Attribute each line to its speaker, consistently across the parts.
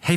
Speaker 1: Hey,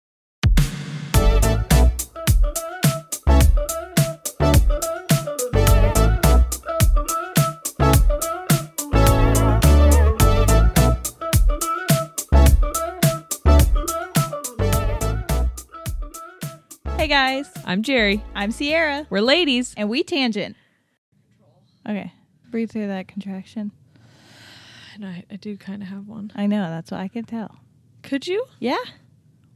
Speaker 2: Hey guys, I'm Jerry.
Speaker 3: I'm Sierra,
Speaker 2: We're ladies.
Speaker 3: and we tangent. Okay, breathe through that contraction.
Speaker 2: And I, I do kind of have one.
Speaker 3: I know that's what I can tell.
Speaker 2: Could you?
Speaker 3: Yeah,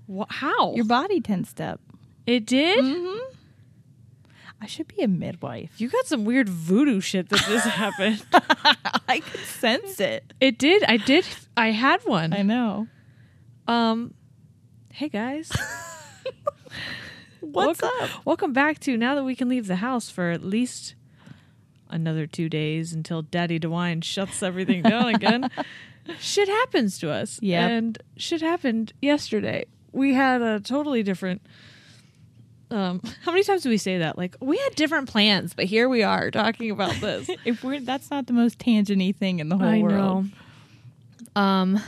Speaker 2: What, how?
Speaker 3: your body tensed up.
Speaker 2: it did?
Speaker 3: Mm-hmm. I should be a midwife.
Speaker 2: You got some weird voodoo shit that just happened.
Speaker 3: I could sense it.
Speaker 2: It did. I did. I had one.
Speaker 3: I know.
Speaker 2: Um, hey guys.
Speaker 3: What's
Speaker 2: welcome,
Speaker 3: up?
Speaker 2: Welcome back to now that we can leave the house for at least another two days until Daddy DeWine shuts everything down again. shit happens to us.
Speaker 3: Yep.
Speaker 2: and shit happened yesterday. We had a totally different. Um, how many times do we say that? Like we had different plans, but here we are talking about this.
Speaker 3: If we're that's not the most tangenty thing in the whole
Speaker 2: I
Speaker 3: world.
Speaker 2: know. Um,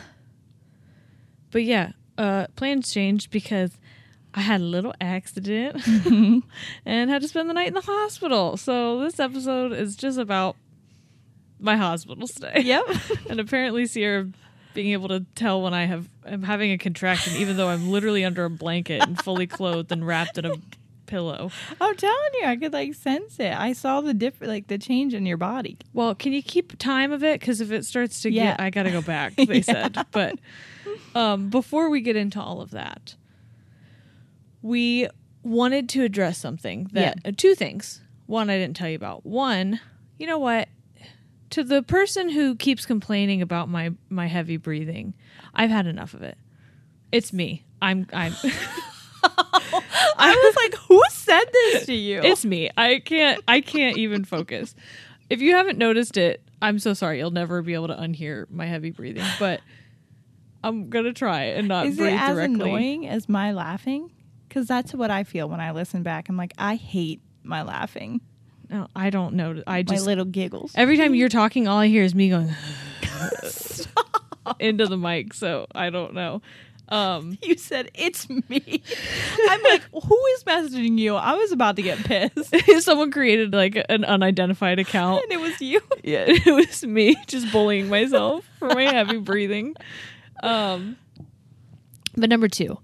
Speaker 2: but yeah, uh, plans changed because I had a little accident
Speaker 3: Mm-hmm.
Speaker 2: and had to spend the night in the hospital. So this episode is just about my hospital stay.
Speaker 3: Yep.
Speaker 2: and apparently, Sierra being able to tell when I have am having a contraction, even though I'm literally under a blanket and fully clothed and wrapped in a pillow.
Speaker 3: I'm telling you, I could like sense it. I saw the diff, like the change in your body.
Speaker 2: Well, can you keep time of it? Because if it starts to
Speaker 3: Yeah.
Speaker 2: get, I gotta go back. They said, but um, before we get into all of that, we wanted to address something that uh, two things. One, I didn't tell you about. One, you know what? To the person who keeps complaining about my my heavy breathing, I've had enough of it. It's me. I'm I'm.
Speaker 3: I was like, who said this to you?
Speaker 2: It's me. I can't I can't even focus. If you haven't noticed it, I'm so sorry. You'll never be able to unhear my heavy breathing, but I'm going to try and not
Speaker 3: Is it
Speaker 2: breathe
Speaker 3: as
Speaker 2: directly.
Speaker 3: annoying as my laughing? Because that's what I feel when I listen back. I'm like, I hate my laughing,
Speaker 2: No, I don't know. I
Speaker 3: my
Speaker 2: just
Speaker 3: little giggles.
Speaker 2: Every time you're talking, all I hear is me going into the mic, so I don't know. Um
Speaker 3: You said it's me. I'm like, who is messaging you? I was about to get pissed,
Speaker 2: someone created like an unidentified account
Speaker 3: and it was you.
Speaker 2: yeah, it was me just bullying myself for my heavy breathing. Um, but number two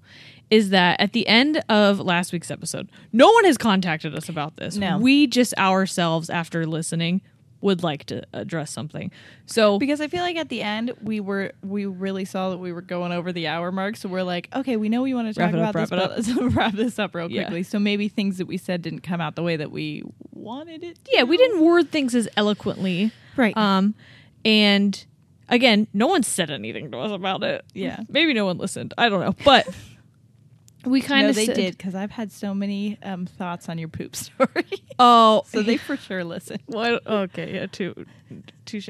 Speaker 2: is that at the end of last week's episode, no one has contacted us about this.
Speaker 3: No.
Speaker 2: We just ourselves, after listening, would like to address something. So
Speaker 3: Because I feel like at the end we were we really saw that we were going over the hour mark, so we're like, okay, we know we want to talk
Speaker 2: Wrap it up,
Speaker 3: about this,
Speaker 2: wrap
Speaker 3: but let's wrap this up real
Speaker 2: Yeah.
Speaker 3: quickly. So maybe things that we said didn't come out the way that we wanted it.
Speaker 2: yeah, we didn't word things as eloquently.
Speaker 3: Right.
Speaker 2: Um, And again, no one said anything to us about it.
Speaker 3: Yeah.
Speaker 2: Maybe no one listened. I don't know. But we kind
Speaker 3: no,
Speaker 2: of
Speaker 3: they did because I've had so many um, thoughts on your poop story.
Speaker 2: Oh,
Speaker 3: so they for sure listened.
Speaker 2: What? Okay, yeah, too, touche.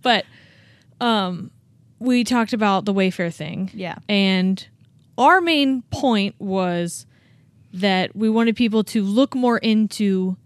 Speaker 2: But um, we talked about the Wayfair thing.
Speaker 3: Yeah.
Speaker 2: And our main point was that we wanted people to look more into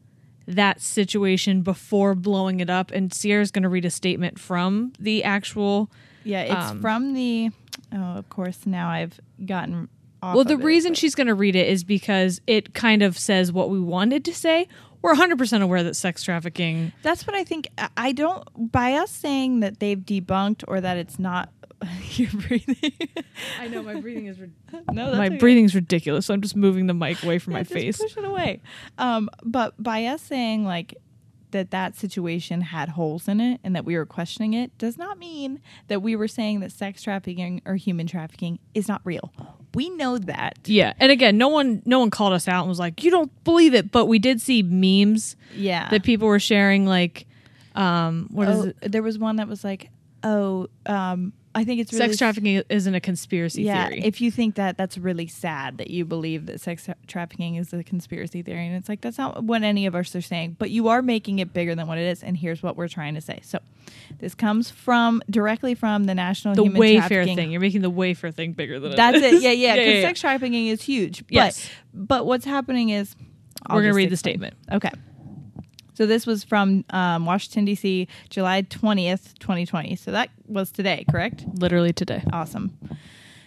Speaker 2: that situation before blowing it up. And Sierra's going to read a statement from the actual.
Speaker 3: Yeah, it's from the. Oh, of course. Now I've gotten off.
Speaker 2: Well,
Speaker 3: of
Speaker 2: the
Speaker 3: it,
Speaker 2: reason
Speaker 3: but-
Speaker 2: she's going to read it is because it kind of says what we wanted to say. We're 100% aware that sex trafficking
Speaker 3: That's what I think. I- I don't by us saying that they've debunked or that it's not. You're breathing.
Speaker 2: I know my breathing is rid-
Speaker 3: no,
Speaker 2: my
Speaker 3: okay.
Speaker 2: breathing's ridiculous. So I'm just moving the mic away from my
Speaker 3: just
Speaker 2: face.
Speaker 3: Push it away. Um, but by us saying like that that situation had holes in it and that we were questioning it does not mean that we were saying that sex trafficking or human trafficking is not real. We know that.
Speaker 2: Yeah, and again, no one no one called us out and was like, "You don't believe it," but we did see memes
Speaker 3: Yeah.
Speaker 2: that people were sharing, like, um, what is
Speaker 3: Oh,
Speaker 2: it?
Speaker 3: There was one that was like, oh, um, I think it's really
Speaker 2: Sex trafficking isn't a conspiracy
Speaker 3: yeah,
Speaker 2: theory.
Speaker 3: if you think that, that's really sad that you believe that sex tra- trafficking is a conspiracy theory. And it's like, that's not what any of us are saying, but you are making it bigger than what it is. And here's what we're trying to say. So this comes from directly from the National
Speaker 2: the
Speaker 3: Human
Speaker 2: Wayfair
Speaker 3: Trafficking
Speaker 2: thing, you're making the Wayfair thing bigger than
Speaker 3: that's
Speaker 2: it
Speaker 3: it.
Speaker 2: is.
Speaker 3: Yeah, yeah. Because
Speaker 2: yeah,
Speaker 3: sex trafficking is huge.
Speaker 2: Yes.
Speaker 3: But but what's happening is
Speaker 2: We're gonna
Speaker 3: just
Speaker 2: read the
Speaker 3: explain.
Speaker 2: statement.
Speaker 3: Okay. So this was from um, Washington D.C. July twentieth, twenty twenty. So that was today, correct?
Speaker 2: literally today.
Speaker 3: Awesome.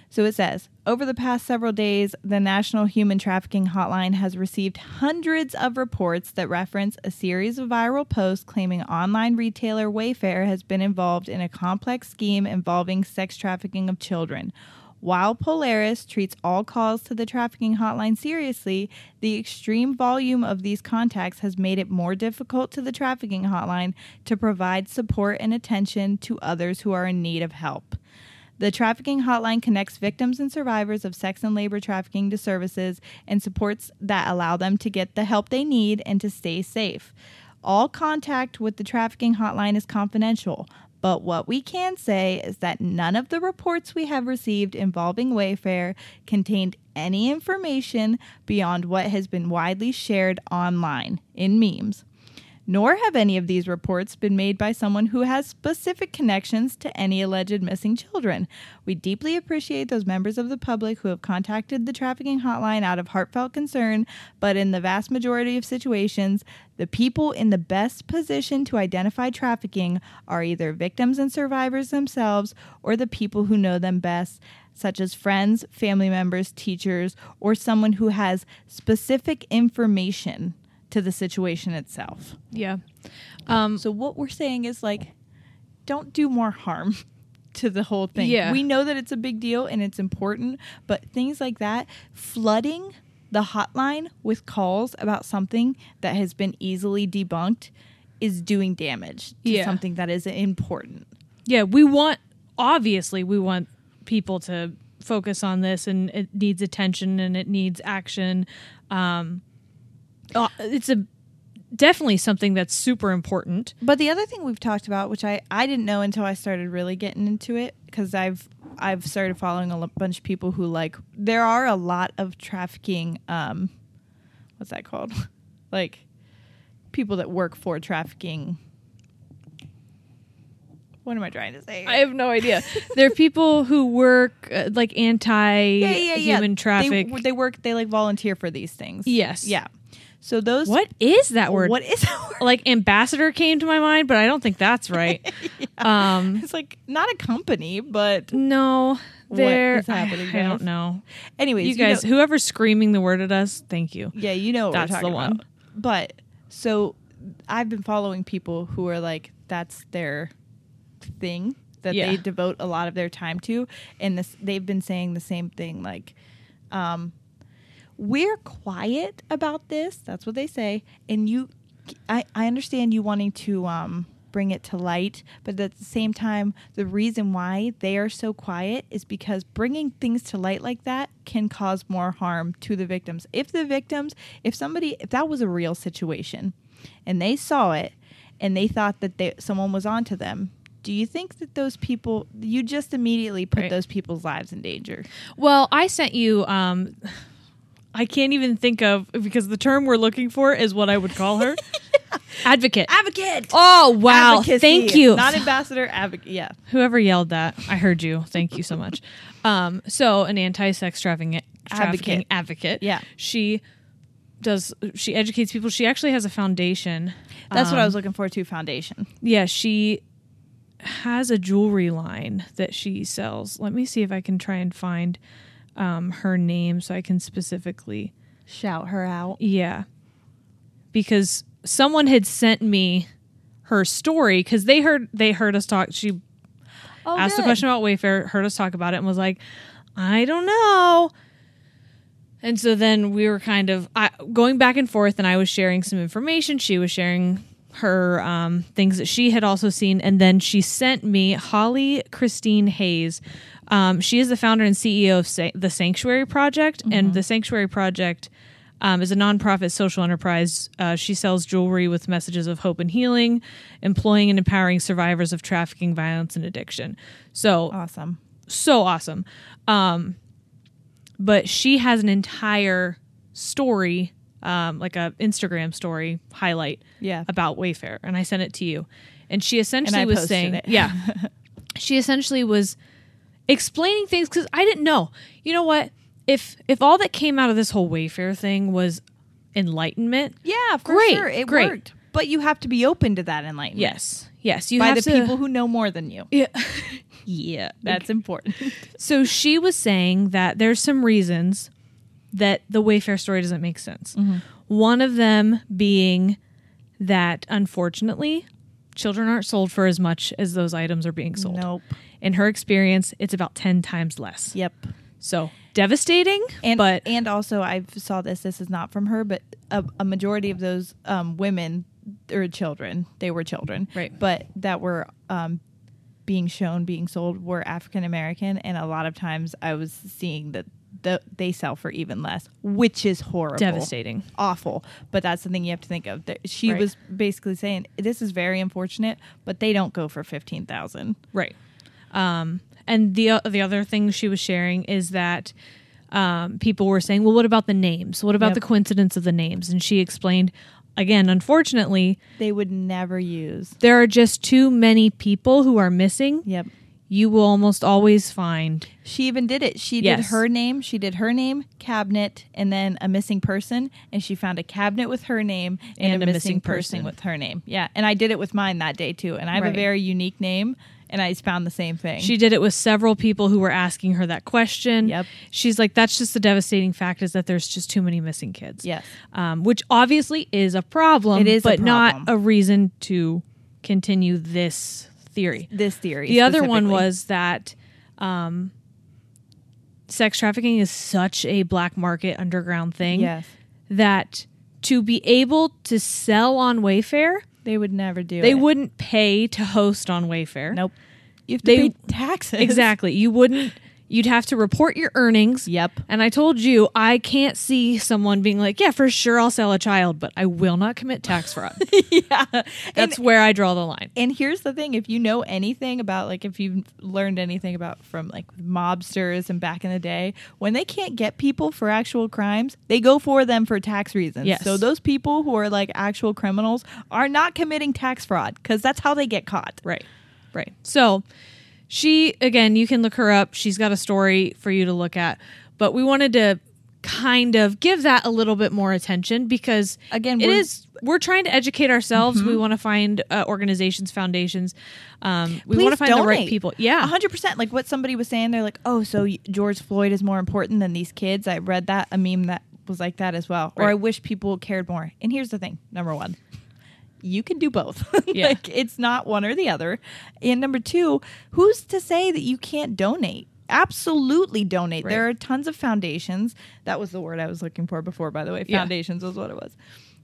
Speaker 3: So it says, over the past several days, the National Human Trafficking Hotline has received hundreds of reports that reference a series of viral posts claiming online retailer Wayfair has been involved in a complex scheme involving sex trafficking of children. While Polaris treats all calls to the trafficking hotline seriously, the extreme volume of these contacts has made it more difficult to the trafficking hotline to provide support and attention to others who are in need of help. The trafficking hotline connects victims and survivors of sex and labor trafficking to services and supports that allow them to get the help they need and to stay safe. All contact with the trafficking hotline is confidential, but what we can say is that none of the reports we have received involving Wayfair contained any information beyond what has been widely shared online in memes nor have any of these reports been made by someone who has specific connections to any alleged missing children. We deeply appreciate those members of the public who have contacted the trafficking hotline out of heartfelt concern, but in the vast majority of situations, the people in the best position to identify trafficking are either victims and survivors themselves or the people who know them best such as friends, family members, teachers, or someone who has specific information to the situation itself.
Speaker 2: Yeah, um,
Speaker 3: So what we're saying is like, don't do more harm to the whole thing.
Speaker 2: Yeah.
Speaker 3: We know that it's a big deal and it's important, but things like that, flooding the hotline with calls about something that has been easily debunked is doing damage to
Speaker 2: Yeah.
Speaker 3: something that is important.
Speaker 2: yeah. We want obviously we want people to focus on this, and it needs attention and it needs action. Um, uh, it's a definitely something that's super important.
Speaker 3: But the other thing we've talked about, which I, I didn't know until I started really getting into it, because I've I've started following a l- bunch of people who like there are a lot of trafficking. Um, what's that called? like people that work for trafficking. What am I trying to say?
Speaker 2: I have no idea. there are people who work uh, like anti human traffic.
Speaker 3: They, they work. They like volunteer for these things.
Speaker 2: Yes.
Speaker 3: Yeah. So those.
Speaker 2: what is that word?
Speaker 3: What is that word?
Speaker 2: like ambassador came to my mind, but I don't think that's right. Um
Speaker 3: It's like not a company, but
Speaker 2: no,
Speaker 3: What
Speaker 2: there
Speaker 3: is happening,
Speaker 2: I, I don't
Speaker 3: guys?
Speaker 2: know.
Speaker 3: anyways,
Speaker 2: you guys,
Speaker 3: know-
Speaker 2: whoever's screaming the word at us, thank you.
Speaker 3: Yeah, you know what
Speaker 2: That's
Speaker 3: we're talking
Speaker 2: the one.
Speaker 3: about. But so I've been following people who are like that's their thing that
Speaker 2: Yeah.
Speaker 3: they devote a lot of their time to and this they've been saying the same thing like um we're quiet about this that's what they say and you I, I understand you wanting to um bring it to light but at the same time the reason why they are so quiet is because bringing things to light like that can cause more harm to the victims if the victims if somebody if that was a real situation and they saw it and they thought that they, someone was onto them do you think that those people you just immediately put
Speaker 2: Right.
Speaker 3: those people's lives in danger?
Speaker 2: Well, I sent you. Um, I can't even think of because the term we're looking for is what I would call her advocate.
Speaker 3: Advocate.
Speaker 2: Oh wow!
Speaker 3: Advocacy.
Speaker 2: Thank you.
Speaker 3: Not ambassador advocate. Yeah.
Speaker 2: Whoever yelled that, I heard you. Thank you so much. Um, so an anti-sex trafficking trafficking
Speaker 3: Advocate.
Speaker 2: advocate.
Speaker 3: Yeah.
Speaker 2: she does. She educates people. She actually has a foundation.
Speaker 3: That's what I was looking for too, foundation.
Speaker 2: Yeah, she has a jewelry line that she sells. Let me see if I can try and find um, her name so I can specifically.
Speaker 3: Shout her out.
Speaker 2: Yeah. Because someone had sent me her story because they heard they heard us talk. She
Speaker 3: Oh,
Speaker 2: asked
Speaker 3: good.
Speaker 2: the question about Wayfair, heard us talk about it, and was like, I don't know. And so then we were kind of I, going back and forth, and I was sharing some information. She was sharing her um, things that she had also seen. And then she sent me Holly Christine Hayes. Um, she is the founder and CEO of Sa- the Sanctuary Project. And the Sanctuary Project um, is a nonprofit social enterprise. Uh, she sells jewelry with messages of hope and healing, employing and empowering survivors of trafficking, violence, and addiction. So
Speaker 3: Awesome.
Speaker 2: so awesome. Um, but she has an entire story, um, like a Instagram story highlight
Speaker 3: Yeah.
Speaker 2: about Wayfair, and I sent it to you. And she
Speaker 3: And
Speaker 2: essentially
Speaker 3: I
Speaker 2: was
Speaker 3: posted
Speaker 2: saying,
Speaker 3: it.
Speaker 2: yeah, she essentially was explaining things because I didn't know. You know what? If if all that came out of this whole Wayfair thing was enlightenment,
Speaker 3: Yeah, for
Speaker 2: Great,
Speaker 3: sure. It
Speaker 2: great.
Speaker 3: worked. But you have to be open to that enlightenment.
Speaker 2: yes, yes, you
Speaker 3: By
Speaker 2: have
Speaker 3: the
Speaker 2: to,
Speaker 3: people who know more than you.
Speaker 2: Yeah.
Speaker 3: Yeah. That's important.
Speaker 2: So she was saying that there's some reasons that the Wayfair story doesn't make sense.
Speaker 3: Mm-hmm.
Speaker 2: One of them being that unfortunately, children aren't sold for as much as those items are being sold.
Speaker 3: Nope.
Speaker 2: In her experience, it's about 10 times less.
Speaker 3: Yep.
Speaker 2: So devastating,
Speaker 3: And
Speaker 2: but
Speaker 3: and also I saw this. This is not from her, but a, a majority of those um, women or children, they were children,
Speaker 2: Right.
Speaker 3: But that were um, being shown, being sold, were African American, and a lot of times I was seeing that the, they sell for even less, which is horrible,
Speaker 2: devastating.
Speaker 3: awful. But that's the thing you have to think of. That she
Speaker 2: Right.
Speaker 3: was basically saying this is very unfortunate, but they don't go for fifteen thousand.
Speaker 2: Right. Um, and the the other thing she was sharing is that um, people were saying, "Well, what about the names? What about
Speaker 3: Yep.
Speaker 2: the coincidence of the names?" And she explained, again, unfortunately,
Speaker 3: They would never use.
Speaker 2: there are just too many people who are missing.
Speaker 3: Yep.
Speaker 2: You will almost always find
Speaker 3: She even did it. She did
Speaker 2: Yes.
Speaker 3: her name. She did her name, cabinet, and then a missing person. And she found a cabinet with her name and, a, missing, person. with her name. Yeah. And I did it with mine that day too. And I have
Speaker 2: Right.
Speaker 3: a very unique name. And I found the same thing.
Speaker 2: She did it with several people who were asking her that question.
Speaker 3: Yep.
Speaker 2: She's like, that's just the devastating fact is that there's just too many missing kids.
Speaker 3: Yes.
Speaker 2: Um, which obviously is a problem.
Speaker 3: It is a
Speaker 2: but not
Speaker 3: problem.
Speaker 2: a reason to continue this theory.
Speaker 3: this theory.
Speaker 2: The other one
Speaker 3: specifically.
Speaker 2: was that um, sex trafficking is such a black market underground thing
Speaker 3: yes.
Speaker 2: that to be able to sell on Wayfair,
Speaker 3: They would never do.
Speaker 2: they
Speaker 3: it.
Speaker 2: wouldn't pay to host on Wayfair.
Speaker 3: Nope. You have to
Speaker 2: They-
Speaker 3: pay taxes.
Speaker 2: Exactly. You wouldn't. You'd have to report your earnings.
Speaker 3: Yep.
Speaker 2: And I told you, I can't see someone being like, yeah, for sure I'll sell a child, but I will not commit tax fraud.
Speaker 3: yeah.
Speaker 2: That's where I draw the line.
Speaker 3: and here's the thing if you know anything about like if you've learned anything about from like mobsters and back in the day when they can't get people for actual crimes they go for them for tax reasons
Speaker 2: Yes.
Speaker 3: so those people who are like actual criminals are not committing tax fraud because that's how they get caught
Speaker 2: Right. Right. So she, again, you can look her up. She's got a story for you to look at. But we wanted to kind of give that a little bit more attention because
Speaker 3: Again,
Speaker 2: it
Speaker 3: we're- Mm-hmm.
Speaker 2: is we're trying to educate ourselves we want to find uh, organizations foundations um, we want to
Speaker 3: Please
Speaker 2: find the right
Speaker 3: donate.
Speaker 2: people yeah
Speaker 3: 100% like what somebody was saying they're like oh so y- george floyd is more important than these kids i read that a meme that was like that as well or
Speaker 2: Right.
Speaker 3: i wish people cared more and here's the thing number one you can do both
Speaker 2: Yeah.
Speaker 3: like it's not one or the other and number two who's to say that you can't donate absolutely donate there are tons of foundations that was the word i was looking for before by the way
Speaker 2: Yeah.
Speaker 3: foundations was what it was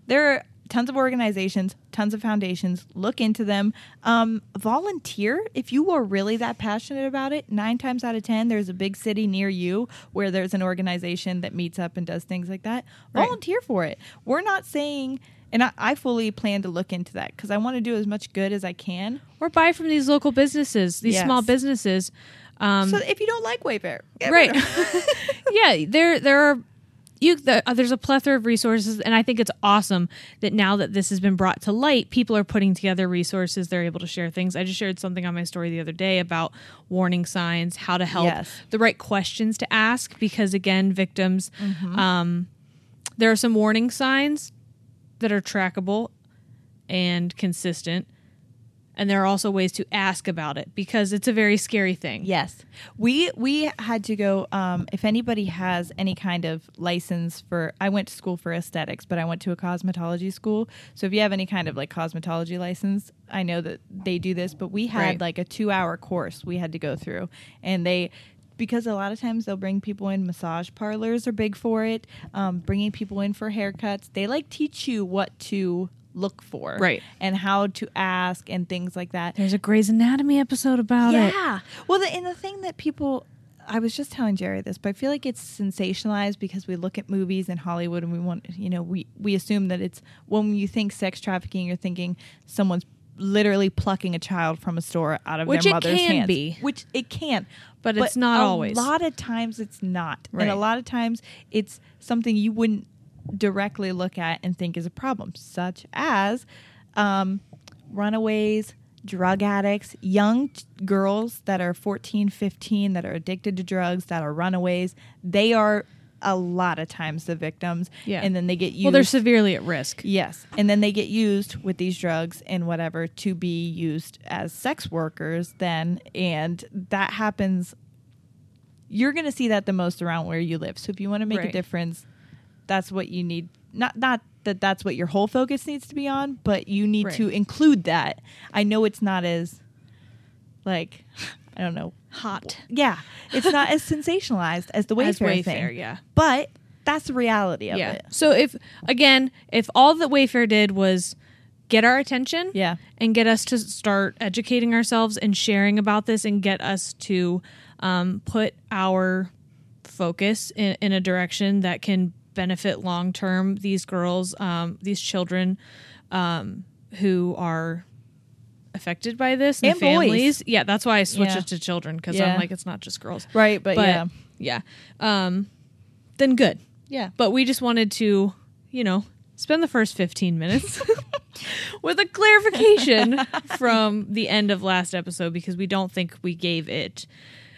Speaker 3: there are tons of organizations tons of foundations look into them um, volunteer if you are really that passionate about it nine times out of ten there's a big city near you where there's an organization that meets up and does things like that volunteer for it we're not saying and And I, I fully plan to look into that because I want to do as much good as I can.
Speaker 2: or buy from these local businesses, these
Speaker 3: Yes.
Speaker 2: small businesses. Um,
Speaker 3: so if you don't like Wayfair, get rid
Speaker 2: right?
Speaker 3: of
Speaker 2: yeah, there there are you. The, uh, there's a plethora of resources, and I think it's awesome that now that this has been brought to light, people are putting together resources. They're able to share things. I just shared something on my story the other day about warning signs, how to help,
Speaker 3: Yes.
Speaker 2: the right questions to ask, because again, victims. Um, there are some warning signs that are trackable and consistent. And there are also ways to ask about it because it's a very scary thing.
Speaker 3: Yes, we we had to go. Um, if anybody has any kind of license for, I went to school for aesthetics, but I went to a cosmetology school. So if you have any kind of like cosmetology license, I know that they do this, but we had
Speaker 2: Right.
Speaker 3: like a two hour course we had to go through, and they. Because a lot of times they'll bring people in. Massage parlors are big for it. Um, bringing people in for haircuts. They like teach you what to look for,
Speaker 2: Right.
Speaker 3: and how to ask and things like that.
Speaker 2: There's a Grey's Anatomy episode about it.
Speaker 3: Yeah. Well, the, and the thing that people, I was just telling Jerry this, but I feel like it's sensationalized because we look at movies in Hollywood and we want, you know, we we assume that it's when you think sex trafficking, you're thinking someone's literally plucking a child from a store out of
Speaker 2: Which
Speaker 3: their
Speaker 2: it
Speaker 3: mother's
Speaker 2: can
Speaker 3: hands,
Speaker 2: be.
Speaker 3: which it can,
Speaker 2: But it's not
Speaker 3: a
Speaker 2: always.
Speaker 3: A lot of times it's not, and a
Speaker 2: Right.
Speaker 3: lot of times it's something you wouldn't directly look at and think is a problem, such as um, runaways, drug addicts, young t- girls that are 14, 15 that are addicted to drugs, that are runaways. They are a lot of times the victims.
Speaker 2: Yeah.
Speaker 3: And then they get used.
Speaker 2: Well, they're severely at risk.
Speaker 3: Yes. And then they get used with these drugs and whatever to be used as sex workers then. And that happens. You're going to see that the most around where you live. So if you want to make a
Speaker 2: Right.
Speaker 3: difference, that's what you need. Not, not that that's what your whole focus needs to be on, but you need
Speaker 2: Right.
Speaker 3: to include that. I know it's not as, like, I don't know.
Speaker 2: Hot.
Speaker 3: Yeah. It's not as sensationalized as the Wayfair,
Speaker 2: As Wayfair,
Speaker 3: thing.
Speaker 2: yeah.
Speaker 3: But that's the reality of
Speaker 2: yeah.
Speaker 3: it.
Speaker 2: So if again, if all that Wayfair did was get our attention,
Speaker 3: Yeah.
Speaker 2: and get us to start educating ourselves and sharing about this, and get us to um, put our focus in, in a direction that can benefit long term these girls, um, these children um, who are affected by this and,
Speaker 3: And
Speaker 2: the
Speaker 3: boys.
Speaker 2: families. Yeah, that's why I switched
Speaker 3: Yeah.
Speaker 2: it to children because
Speaker 3: Yeah.
Speaker 2: I'm like it's not just girls.
Speaker 3: Right. But, yeah.
Speaker 2: yeah. Um, then good.
Speaker 3: Yeah.
Speaker 2: But we just wanted to, you know, spend the first 15 minutes with a clarification from the end of last episode because we don't think we gave it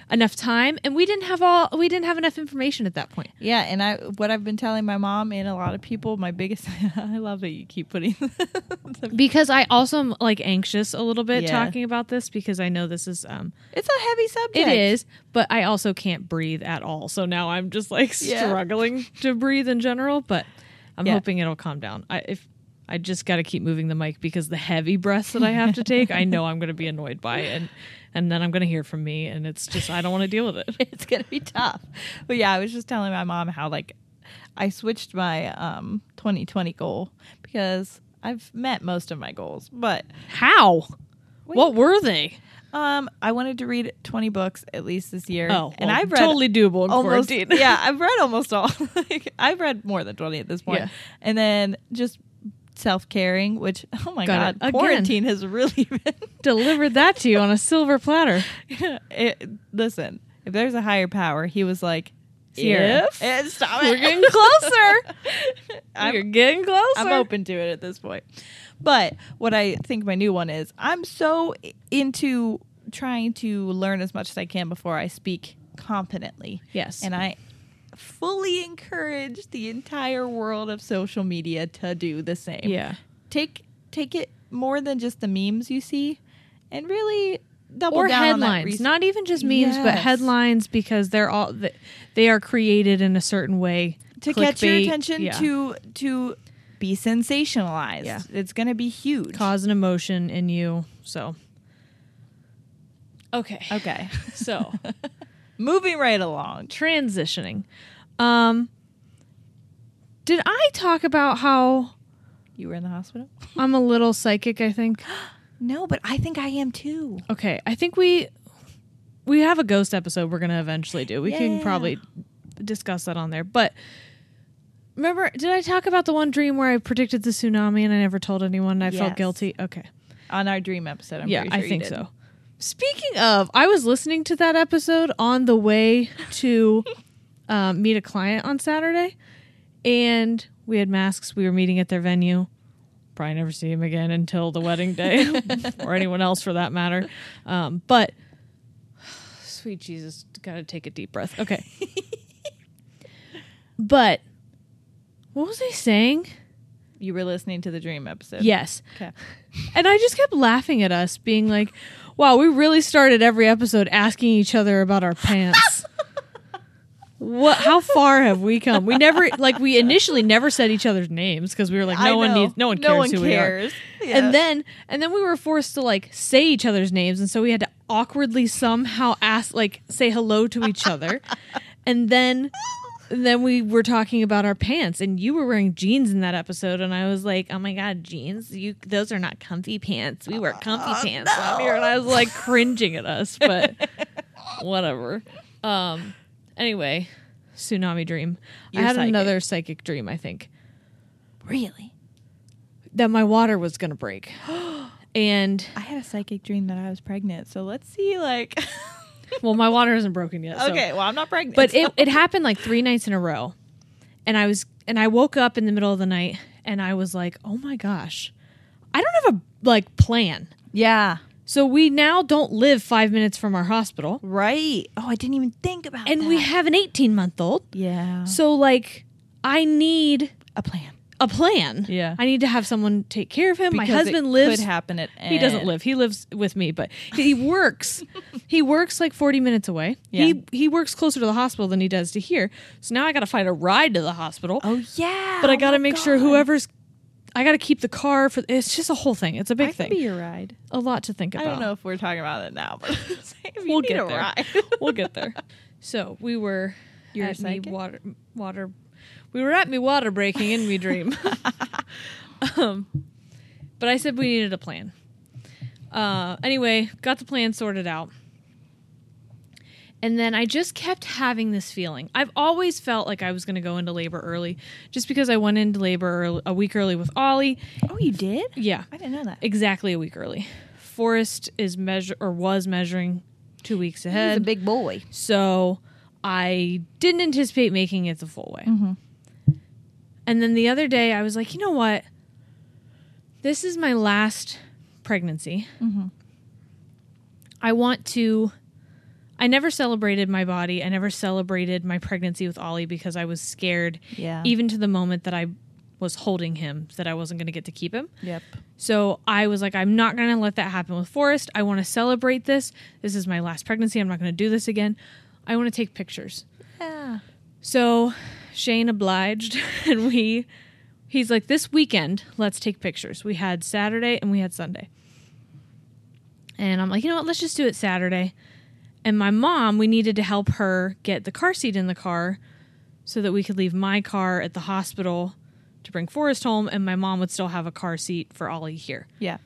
Speaker 2: enough time and we didn't have all we didn't have enough information at that point.
Speaker 3: Yeah, and I what I've been telling my mom and a lot of people, my biggest I love that you keep putting
Speaker 2: Because I also am like anxious a little bit
Speaker 3: Yeah.
Speaker 2: talking about this because I know this is um
Speaker 3: It's a heavy subject.
Speaker 2: It is, but I also can't breathe at all. So now I'm just like
Speaker 3: Yeah.
Speaker 2: struggling to breathe in general, but I'm
Speaker 3: Yeah.
Speaker 2: hoping it'll calm down. I if I just got to keep moving the mic because the heavy breaths that I have to take, I know I'm going to be annoyed by and and then I'm going to hear from me and it's just I don't want to deal with it.
Speaker 3: It's going to be tough. But yeah, I was just telling my mom how like I switched my um 2020 goal because I've met most of my goals, but
Speaker 2: How? What were they?
Speaker 3: um I wanted to read 20 books at least this year.
Speaker 2: Oh,
Speaker 3: and
Speaker 2: well,
Speaker 3: I've read
Speaker 2: totally doable in
Speaker 3: almost
Speaker 2: quarantine.
Speaker 3: yeah i've read almost all like i've read more than 20 at this point
Speaker 2: Yeah.
Speaker 3: and then just self-caring which oh my
Speaker 2: Got it.
Speaker 3: god
Speaker 2: Again.
Speaker 3: quarantine has really been
Speaker 2: Delivered that to you on a silver platter.
Speaker 3: it, listen if there's a higher power he was like
Speaker 2: Sierra.
Speaker 3: if Eh, stop
Speaker 2: We're
Speaker 3: it
Speaker 2: getting closer. We're getting closer.
Speaker 3: I'm open to it at this point. But what I think my new one is, I'm so i- into trying to learn as much as I can before I speak confidently.
Speaker 2: Yes.
Speaker 3: And I fully encourage the entire world of social media to do the same.
Speaker 2: Yeah.
Speaker 3: Take take it more than just the memes you see and really double
Speaker 2: or
Speaker 3: down on that
Speaker 2: headlines
Speaker 3: res-
Speaker 2: not even just memes but
Speaker 3: Yes.
Speaker 2: headlines because they're all th- they are created in a certain way
Speaker 3: to catch your
Speaker 2: Clickbait,
Speaker 3: attention
Speaker 2: yeah.
Speaker 3: to to be sensationalized.
Speaker 2: Yeah.
Speaker 3: It's going to be huge.
Speaker 2: cause an emotion in you so okay
Speaker 3: okay.
Speaker 2: so
Speaker 3: Moving right along.
Speaker 2: transitioning um did i talk about how
Speaker 3: You were in the hospital?
Speaker 2: i'm a little psychic i think
Speaker 3: No, but I think I am too.
Speaker 2: okay i think we we have a ghost episode we're gonna eventually do we can
Speaker 3: Yeah.
Speaker 2: probably discuss that on there but Remember, did I talk about the one dream where I predicted the tsunami and I never told anyone? And I
Speaker 3: Yes.
Speaker 2: felt guilty. Okay.
Speaker 3: on our dream episode. I'm
Speaker 2: yeah,
Speaker 3: pretty
Speaker 2: I
Speaker 3: sure you
Speaker 2: think
Speaker 3: did.
Speaker 2: so. Speaking of, I was listening to that episode on the way to um, meet a client on Saturday, and we had masks. We were meeting at their venue. Probably never see him again until the wedding day, or anyone else for that matter. Um, but sweet Jesus, gotta take a deep breath. Okay. but what was I saying?
Speaker 3: You were listening to the dream episode.
Speaker 2: Yes.
Speaker 3: Okay.
Speaker 2: And I just kept laughing at us, being like, wow, we really started every episode asking each other about our pants. what how far have we come? We never like we initially never said each other's names because we were like,
Speaker 3: I
Speaker 2: no one
Speaker 3: know.
Speaker 2: needs no one cares
Speaker 3: No one
Speaker 2: who
Speaker 3: cares.
Speaker 2: we are.
Speaker 3: Yeah.
Speaker 2: And then and then we were forced to like say each other's names, and so we had to awkwardly somehow ask like say hello to each other. and then and then we were talking about our pants and you were wearing jeans in that episode and i was like oh my god jeans you those are not comfy pants we wear comfy
Speaker 3: Uh,
Speaker 2: pants out here and i was like cringing at us but whatever um anyway tsunami dream
Speaker 3: You're
Speaker 2: i had
Speaker 3: psychic.
Speaker 2: another psychic dream i think
Speaker 3: Really?
Speaker 2: that my water was gonna break and
Speaker 3: I had a psychic dream that I was pregnant. So let's see, like,
Speaker 2: well my water isn't broken yet so-
Speaker 3: okay, well, I'm not pregnant.
Speaker 2: but it, it happened like three nights in a row and i was and i woke up in the middle of the night and i was like oh my gosh i don't have a like plan
Speaker 3: yeah,
Speaker 2: so we now don't live five minutes from our hospital
Speaker 3: right. Oh, I didn't even think about
Speaker 2: and we have an 18 month old
Speaker 3: yeah,
Speaker 2: so like i need
Speaker 3: a plan.
Speaker 2: a plan
Speaker 3: Yeah.
Speaker 2: i need to have someone take care of him my
Speaker 3: Because it
Speaker 2: husband lives
Speaker 3: Could happen at
Speaker 2: he doesn't
Speaker 3: any-
Speaker 2: live he lives with me but he works he works like 40 minutes away
Speaker 3: Yeah.
Speaker 2: he he works closer to the hospital than he does to here so now i gotta find a ride to the hospital
Speaker 3: Oh yeah,
Speaker 2: but I
Speaker 3: Oh,
Speaker 2: got to
Speaker 3: my
Speaker 2: make sure
Speaker 3: God.
Speaker 2: whoever's I got to keep the car for it's just a whole thing. It's a big
Speaker 3: I could
Speaker 2: thing.
Speaker 3: be your ride.
Speaker 2: a lot to think
Speaker 3: I
Speaker 2: about.
Speaker 3: don't know if we're talking about it now, but if you
Speaker 2: Oh. We'll
Speaker 3: need
Speaker 2: get
Speaker 3: a
Speaker 2: there.
Speaker 3: ride.
Speaker 2: We'll get there. So, we were
Speaker 3: You're
Speaker 2: at me
Speaker 3: psychic?
Speaker 2: water water we were at me water breaking in me dream. um but I said we needed a plan. Uh anyway, got the plan sorted out. And then I just kept having this feeling. I've always felt like I was going to go into labor early just because I went into labor early, a week early with Ollie.
Speaker 3: oh, you did?
Speaker 2: Yeah.
Speaker 3: I didn't know that.
Speaker 2: exactly a week early. Forrest is measure or was measuring two weeks ahead.
Speaker 3: big boy.
Speaker 2: so I didn't anticipate making it the full way.
Speaker 3: Mm-hmm.
Speaker 2: And then the other day, I was like, you know what? This is my last pregnancy.
Speaker 3: Mm-hmm.
Speaker 2: I want to. I never celebrated my body. I never celebrated my pregnancy with Ollie because I was scared,
Speaker 3: Yeah.
Speaker 2: even to the moment that I was holding him, that I wasn't going to get to keep him.
Speaker 3: Yep.
Speaker 2: So I was like, I'm not going to let that happen with Forrest. I want to celebrate this. This is my last pregnancy. I'm not going to do this again. I want to take pictures.
Speaker 3: Yeah.
Speaker 2: So Shane obliged, and we, he's like, this weekend, let's take pictures. We had Saturday and we had Sunday. And I'm like, you know what? Let's just do it Saturday. And my mom, we needed to help her get the car seat in the car so that we could leave my car at the hospital to bring Forrest home, and my mom would still have a car seat for Ollie here.
Speaker 3: Yeah.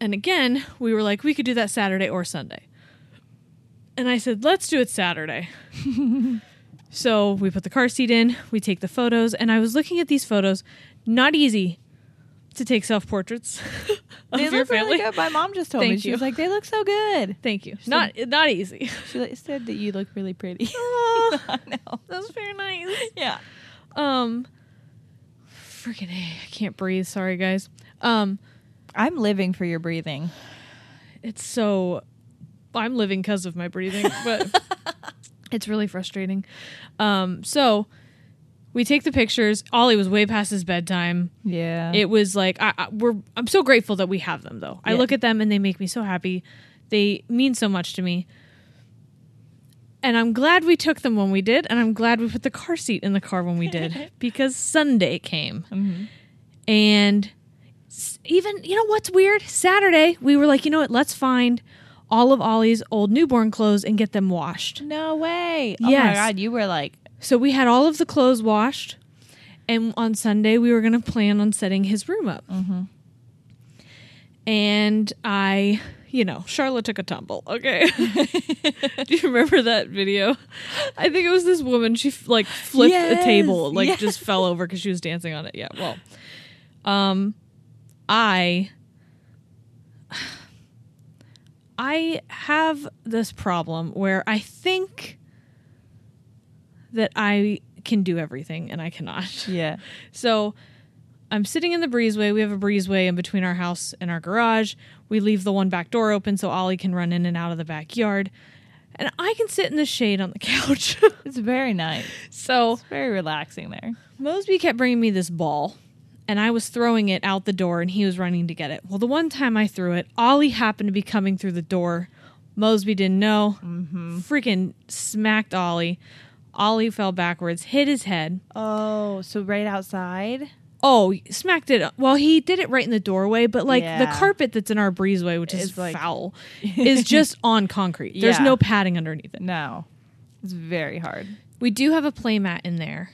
Speaker 2: And again, we were like, we could do that Saturday or Sunday. And I said, let's do it Saturday. so we put the car seat in, we take the photos, and I was looking at these photos. Not easy to take self portraits of
Speaker 3: They
Speaker 2: your
Speaker 3: look really
Speaker 2: family.
Speaker 3: good. My mom just told me
Speaker 2: Thank
Speaker 3: she was
Speaker 2: you.
Speaker 3: like, "They look so good."
Speaker 2: Thank you. Not not easy.
Speaker 3: She like, said that you look really pretty. I know.
Speaker 2: That's very nice.
Speaker 3: Yeah.
Speaker 2: Um, freaking, A, I can't breathe. Sorry, guys. Um,
Speaker 3: I'm living for your breathing.
Speaker 2: it's so I'm living because of my breathing, but it's really frustrating. Um, so we take the pictures. Ollie was way past his bedtime.
Speaker 3: Yeah.
Speaker 2: It was like I, I we're I'm so grateful that we have them though. I
Speaker 3: Yeah.
Speaker 2: look at them and they make me so happy. They mean so much to me. And I'm glad we took them when we did, and I'm glad we put the car seat in the car when we did because Sunday came.
Speaker 3: Mm-hmm.
Speaker 2: And s- even you know what's weird? Saturday, we were like, you know what? Let's find all of Ollie's old newborn clothes and get them washed.
Speaker 3: no way. Oh my
Speaker 2: Yes.
Speaker 3: god, you were like,
Speaker 2: So we had all of the clothes washed, and on Sunday we were
Speaker 3: Mm-hmm.
Speaker 2: going to plan on setting his room up. And I, you know, Charlotte took a tumble. Okay. Do you remember that video? I think it was this woman. She f- like flipped a
Speaker 3: Yes,
Speaker 2: table, like
Speaker 3: yes.
Speaker 2: just fell over because she was dancing on it. Yeah. Well, um, I. I have this problem where I think that I can do everything and I cannot.
Speaker 3: Yeah.
Speaker 2: So I'm sitting in the breezeway. We have a breezeway in between our house and our garage. We leave the one back door open so Ollie can run in and out of the backyard. And I can sit in the shade on the couch.
Speaker 3: It's very nice.
Speaker 2: so
Speaker 3: It's very relaxing there.
Speaker 2: Mosby kept bringing me this ball, and I was throwing it out the door, and he was running to get it. Well, the one time I threw it, Ollie happened to be coming through the door. Mosby didn't know. Freaking smacked Ollie. Ollie fell backwards, hit his head.
Speaker 3: Oh, so right outside?
Speaker 2: Oh, smacked it. Well, he did it right in the doorway, but like the
Speaker 3: Yeah.
Speaker 2: carpet that's in our breezeway, which is
Speaker 3: Is, like-
Speaker 2: foul, is just on concrete. There's
Speaker 3: Yeah.
Speaker 2: no padding underneath it.
Speaker 3: No. It's very hard.
Speaker 2: We do have a playmat in there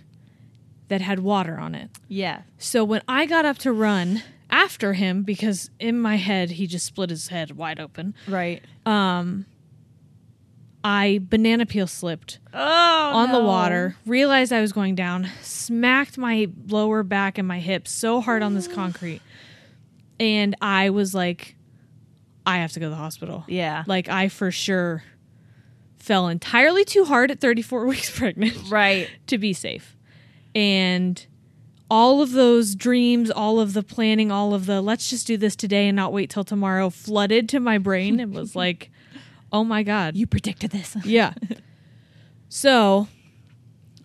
Speaker 2: that had water on it.
Speaker 3: Yeah.
Speaker 2: So when I got up to run after him, because in my head he just split his head wide open,
Speaker 3: Right.
Speaker 2: I banana peel slipped
Speaker 3: Oh,
Speaker 2: on the water, realized I was going down, smacked my lower back and my hips so hard on this concrete. And I was like, I have to go to the hospital.
Speaker 3: Yeah.
Speaker 2: Like, I for sure fell entirely too hard at 34 weeks pregnant
Speaker 3: right.
Speaker 2: to be safe. And all of those dreams, all of the planning, all of the let's just do this today and not wait till tomorrow flooded to my brain and was like, oh my God.
Speaker 3: You predicted this.
Speaker 2: Yeah. so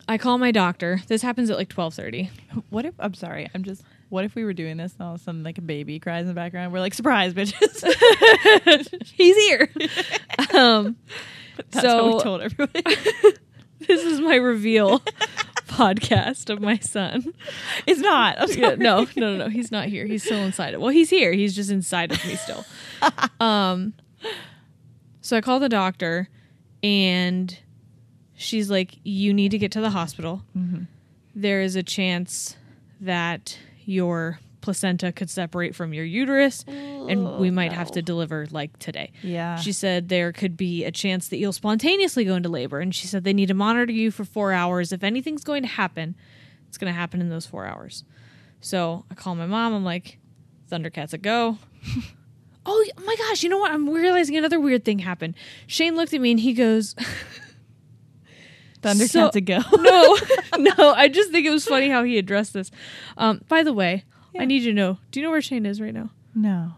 Speaker 2: I call my doctor. This happens at like twelve thirty.
Speaker 3: What if I'm sorry, I'm just what if we were doing this and all of a sudden like a baby cries in the background? We're like, surprise, bitches.
Speaker 2: He's here. um
Speaker 3: That's
Speaker 2: so
Speaker 3: what we told everybody.
Speaker 2: this is my reveal podcast of my son.
Speaker 3: it's not. I'm
Speaker 2: Yeah,
Speaker 3: sorry.
Speaker 2: no, no, no, no. He's not here. He's still inside it. Well, he's here. He's just inside of me still. Um so I call the doctor and she's like, You need to get to the hospital. There is a chance that your placenta could separate from your uterus and we might have to deliver like today.
Speaker 3: Yeah.
Speaker 2: She said there could be a chance that you'll spontaneously go into labor. And she said they need to monitor you for four hours. If anything's going to happen, it's going to happen in those four hours. So I call my mom. I'm like, Thundercats a go. oh y- my gosh, you know what? I'm realizing another weird thing happened. Shane looked at me and he goes,
Speaker 3: Thundercats
Speaker 2: So-
Speaker 3: ago.
Speaker 2: No, no, I just think it was funny how he addressed this. Um, by the way, I need you to know do you know where Shane is right now?
Speaker 3: No.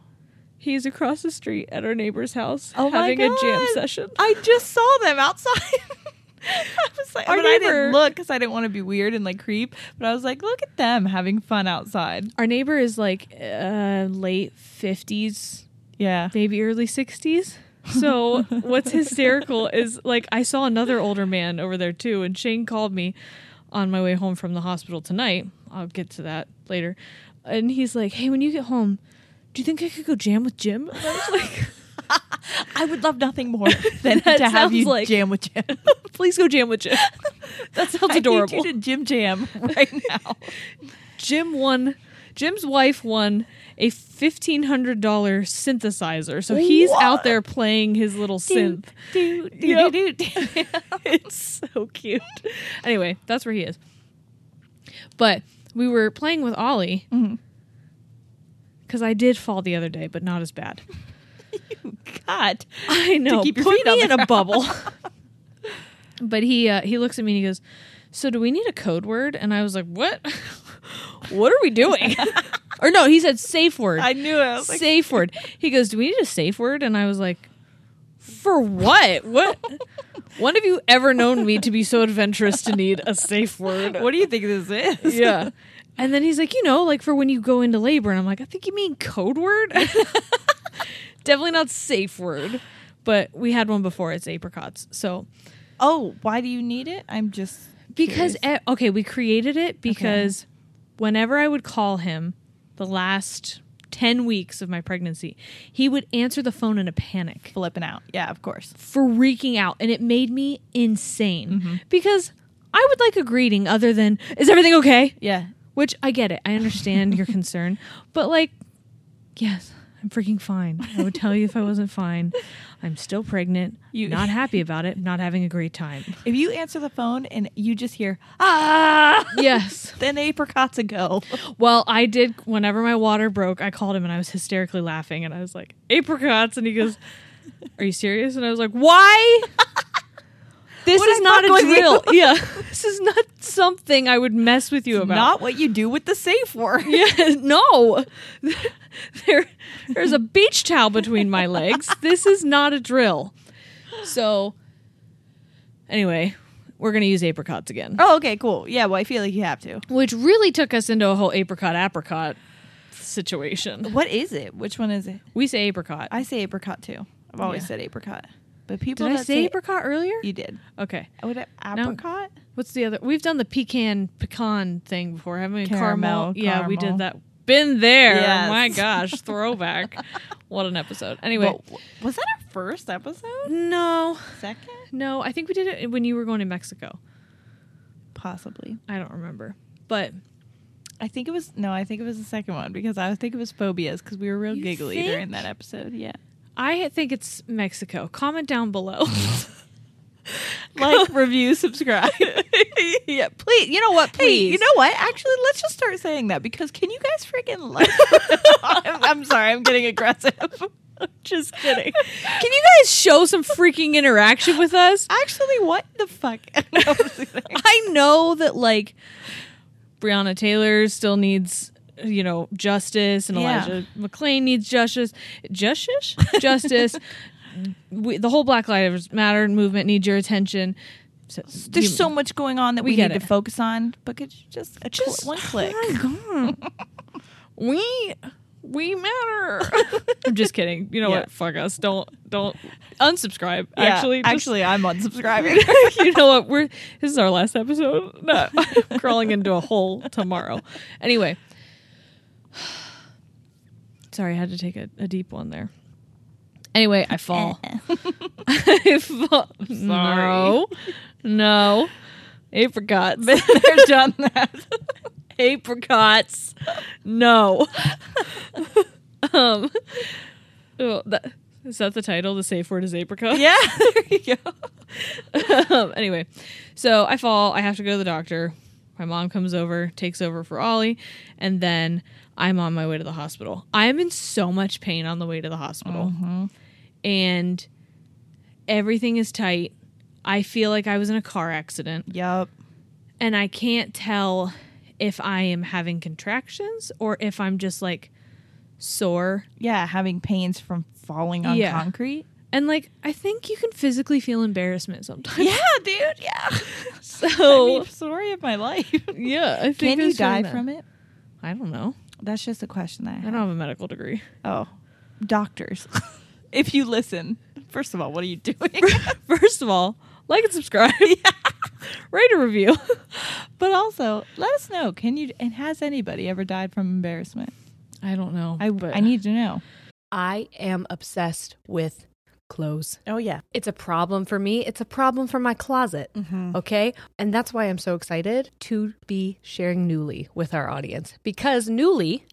Speaker 2: He's across the street at our neighbor's house
Speaker 3: Oh my
Speaker 2: having a jam
Speaker 3: God.
Speaker 2: session.
Speaker 3: I just saw them outside. I was like,
Speaker 2: Our
Speaker 3: but I
Speaker 2: neighbor-
Speaker 3: didn't look because I didn't want to be weird and like creep. But I was like, look at them having fun outside.
Speaker 2: our neighbor is like uh, late 50s
Speaker 3: Yeah.
Speaker 2: maybe early 60s so what's hysterical is like i saw another older man over there too and shane called me on my way home from the hospital tonight i'll get to that later and he's like hey when you get home do you think i could go jam with jim and i was like
Speaker 3: I would love nothing more than
Speaker 2: That
Speaker 3: to have you
Speaker 2: sounds like-
Speaker 3: jam with Jim.
Speaker 2: please go jam with jim that sounds
Speaker 3: I
Speaker 2: adorable
Speaker 3: need you to Jim jam right now.
Speaker 2: jim won jim's wife won a $1500 synthesizer so he's out there playing his little synth
Speaker 3: do, do,
Speaker 2: Yep.
Speaker 3: do, do.
Speaker 2: it's so cute. Anyway, that's where he is. But we were playing with Ollie because I did fall the other day, but not as bad.
Speaker 3: God.
Speaker 2: I know.
Speaker 3: keep your
Speaker 2: put
Speaker 3: feet
Speaker 2: me
Speaker 3: on the
Speaker 2: in a
Speaker 3: ground.
Speaker 2: bubble. but he uh, he looks at me and he goes, "So do we need a code word?" And I was like, "What? what are we doing?" or no, he said safe word.
Speaker 3: I knew it. I was like,
Speaker 2: safe word. He goes, "Do we need a safe word?" And I was like, "For what? What? when have you ever known me to be so adventurous to need a safe word?"
Speaker 3: what do you think this is?
Speaker 2: yeah. And then he's like, "You know, like for when you go into labor." And I'm like, "I think you mean code word." Definitely not safe word, but we had one before. It's apricots. So
Speaker 3: Oh, why do you need it? I'm just
Speaker 2: because e- okay, we created it because whenever I would call him the last 10 weeks of my pregnancy, he would answer the phone in a panic,
Speaker 3: flipping out. Yeah, of course.
Speaker 2: freaking out, and it made me insane because I would like a greeting other than is everything okay?
Speaker 3: Yeah.
Speaker 2: Which I get it. I understand your concern, but like yes, I'm freaking fine. I would tell you if I wasn't fine. I'm still pregnant.
Speaker 3: You-
Speaker 2: not happy about it. Not having a great time.
Speaker 3: If you answer the phone and you just hear, ah,
Speaker 2: Yes.
Speaker 3: then apricots a go.
Speaker 2: Well, I did. Whenever my water broke, I called him and I was hysterically laughing and I was like, apricots. And he goes, Are you serious? And I was like, Why? This
Speaker 3: What
Speaker 2: is
Speaker 3: I
Speaker 2: not
Speaker 3: fuck
Speaker 2: a
Speaker 3: with
Speaker 2: drill. Yeah. This is not something I would mess with you about.
Speaker 3: Not what you do with the safe word.
Speaker 2: Yeah, no. There, there's a beach towel between my legs. This is not a drill. So, anyway, we're going to use apricots again,
Speaker 3: Oh, okay, cool. Yeah, well, I feel like you have to.
Speaker 2: which really took us into a whole apricot apricot situation.
Speaker 3: What is it? Which one is it?
Speaker 2: We say apricot.
Speaker 3: I say apricot too. I've always
Speaker 2: Yeah.
Speaker 3: said apricot. But people
Speaker 2: Did I
Speaker 3: that
Speaker 2: say apricot earlier?
Speaker 3: You did.
Speaker 2: Okay.
Speaker 3: What apricot?
Speaker 2: What's the other? We've done the pecan pecan thing before, haven't we?
Speaker 3: Caramel,
Speaker 2: Yeah, we
Speaker 3: caramel.
Speaker 2: did that. Been there.
Speaker 3: Yes.
Speaker 2: Oh my gosh, throwback. what an episode. Anyway,
Speaker 3: But w- was that our first episode?
Speaker 2: no.
Speaker 3: Second?
Speaker 2: No, I think we did it when you were going to Mexico.
Speaker 3: Possibly.
Speaker 2: I don't remember. But
Speaker 3: I think it was no. I think it was the second one because I think it was phobias because we were real
Speaker 2: You
Speaker 3: giggly
Speaker 2: think?
Speaker 3: during that episode. Yeah,
Speaker 2: I think it's Mexico. Comment down below.
Speaker 3: like review, subscribe.
Speaker 2: yeah, please. You know what?
Speaker 3: Hey, you know what? Actually, let's just start saying that because can you guys freaking like? I'm, I'm sorry, I'm getting aggressive. just kidding.
Speaker 2: can you guys show some freaking interaction with us?
Speaker 3: Actually, what the fuck? No, I'm just kidding.
Speaker 2: I know that like Breonna Taylor still needs you know justice, and
Speaker 3: Yeah.
Speaker 2: Elijah McClain needs justice, justice, justice. we, the whole Black Lives Matter movement needs your attention. So,
Speaker 3: There's
Speaker 2: you-
Speaker 3: so much going on that
Speaker 2: We
Speaker 3: we,
Speaker 2: get
Speaker 3: need
Speaker 2: it.
Speaker 3: to focus on, but could you just a cli- one click?
Speaker 2: Oh my God. we we matter. I'm just kidding. You know
Speaker 3: Yeah.
Speaker 2: what? Fuck us. Don't don't unsubscribe.
Speaker 3: Yeah,
Speaker 2: actually, just-
Speaker 3: actually, I'm unsubscribing.
Speaker 2: you know what? We're this is our last episode. No, I'm crawling into a hole tomorrow. Anyway, sorry, I had to take a, a deep one there. Anyway, I fall. I fall. No, no, apricots.
Speaker 3: They're done that.
Speaker 2: apricots. No. um. oh, that- is that the title? The safe word is apricot.
Speaker 3: Yeah.
Speaker 2: um, anyway, so I fall. I have to go to the doctor. My mom comes over, takes over for Ollie, and then I'm on my way to the hospital. I'm in so much pain on the way to the hospital,
Speaker 3: Oh
Speaker 2: and everything is tight. I feel like I was in a car accident,
Speaker 3: Yup.
Speaker 2: and I can't tell if I am having contractions or if I'm just like sore.
Speaker 3: Yeah, having pains from falling on
Speaker 2: Yeah.
Speaker 3: concrete.
Speaker 2: And like, I think you can physically feel embarrassment sometimes.
Speaker 3: Yeah, dude. Yeah.
Speaker 2: So
Speaker 3: I mean, story of my life.
Speaker 2: yeah, I think
Speaker 3: Can you
Speaker 2: it's really
Speaker 3: die
Speaker 2: bad.
Speaker 3: from it?
Speaker 2: I don't know.
Speaker 3: That's just a question that I
Speaker 2: I don't
Speaker 3: have.
Speaker 2: have a medical degree.
Speaker 3: Oh, doctors. if you listen, first of all, what are you doing?
Speaker 2: First of all, like and subscribe. Write a review.
Speaker 3: but also, let us know. Can you? And has anybody ever died from embarrassment?
Speaker 2: I don't know.
Speaker 3: I I need to know.
Speaker 4: I am obsessed with clothes.
Speaker 5: Oh yeah.
Speaker 4: It's a problem for me. It's a problem for my closet.
Speaker 2: Mm-hmm.
Speaker 4: Okay. And that's why I'm so excited to be sharing Newly with our audience because Newly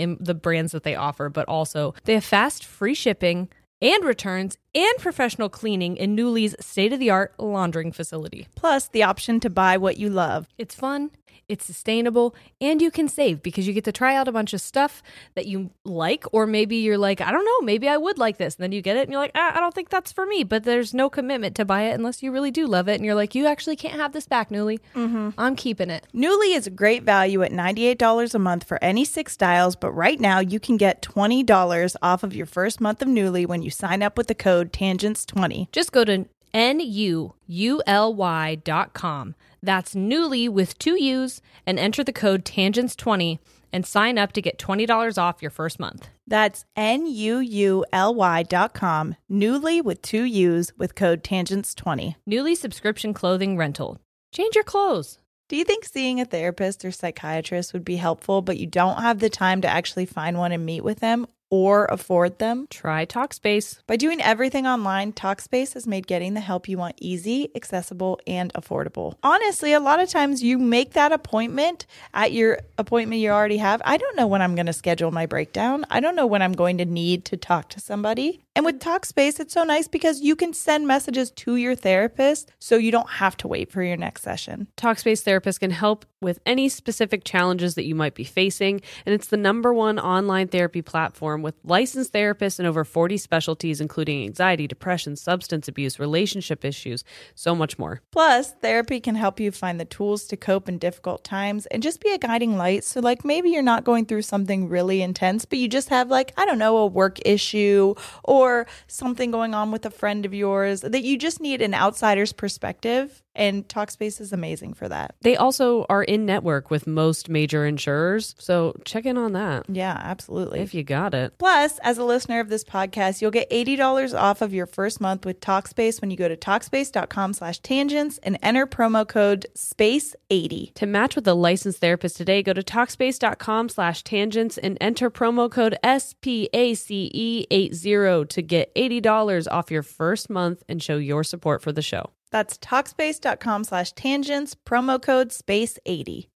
Speaker 6: in the brands that they offer, but also they have fast, free shipping and returns and professional cleaning in Newly's state of the art laundering facility.
Speaker 5: Plus, the option to buy what you love.
Speaker 6: It's fun, it's sustainable, and you can save because you get to try out a bunch of stuff that you like, or maybe you're like, I don't know, maybe I would like this. And then you get it and you're like, ah, I don't think that's for me, but there's no commitment to buy it unless you really do love it. And you're like, you actually can't have this back, Newly. I'm keeping it.
Speaker 5: Newly is a great value at $98 a month for any six styles, but right now you can get $20 off of your first month of Newly when you sign up with the code TANGENTS20.
Speaker 6: Just go to N-U-U-L-Y dot com. That's Newly with two U's and enter the code TANGENTS20 and sign up to get $20 off your first month.
Speaker 3: That's N U U L Y dot com, newly with two U's with code tangents20.
Speaker 6: Newly subscription clothing rental. Change your clothes.
Speaker 3: Do you think seeing a therapist or psychiatrist would be helpful, but you don't have the time to actually find one and meet with them or afford them?
Speaker 6: Try Talkspace.
Speaker 3: By doing everything online, Talkspace has made getting the help you want easy, accessible, and affordable. Honestly, a lot of times you make that appointment at your appointment you already have. I don't know when I'm going to schedule my breakdown. I don't know when I'm going to need to talk to somebody. And with Talkspace, it's so nice because you can send messages to your therapist so you don't have to wait for your next session.
Speaker 7: Talkspace therapist can help with any specific challenges that you might be facing, and it's the number one online therapy platform with licensed therapists in over 40 specialties, including anxiety, depression, substance abuse, relationship issues, so much more.
Speaker 3: Plus, therapy can help you find the tools to cope in difficult times and just be a guiding light. So, like, maybe you're not going through something really intense, but you just have, like, I don't know, a work issue or something going on with a friend of yours that you just need an outsider's perspective. And Talkspace is amazing for that.
Speaker 7: They also are in network with most major insurers, so check in on that
Speaker 3: Yeah, absolutely.
Speaker 7: if you got it.
Speaker 3: Plus, as a listener of this podcast, you'll get $80 off of your first month with Talkspace when you go to Talkspace.com slash tangents and enter promo code SPACE80.
Speaker 7: To match with a licensed therapist today, go to Talkspace.com slash tangents and enter promo code SPACE80 E to get $80 off your first month and show your support for the show.
Speaker 3: That's Talkspace.com slash tangents, promo code SPACE80.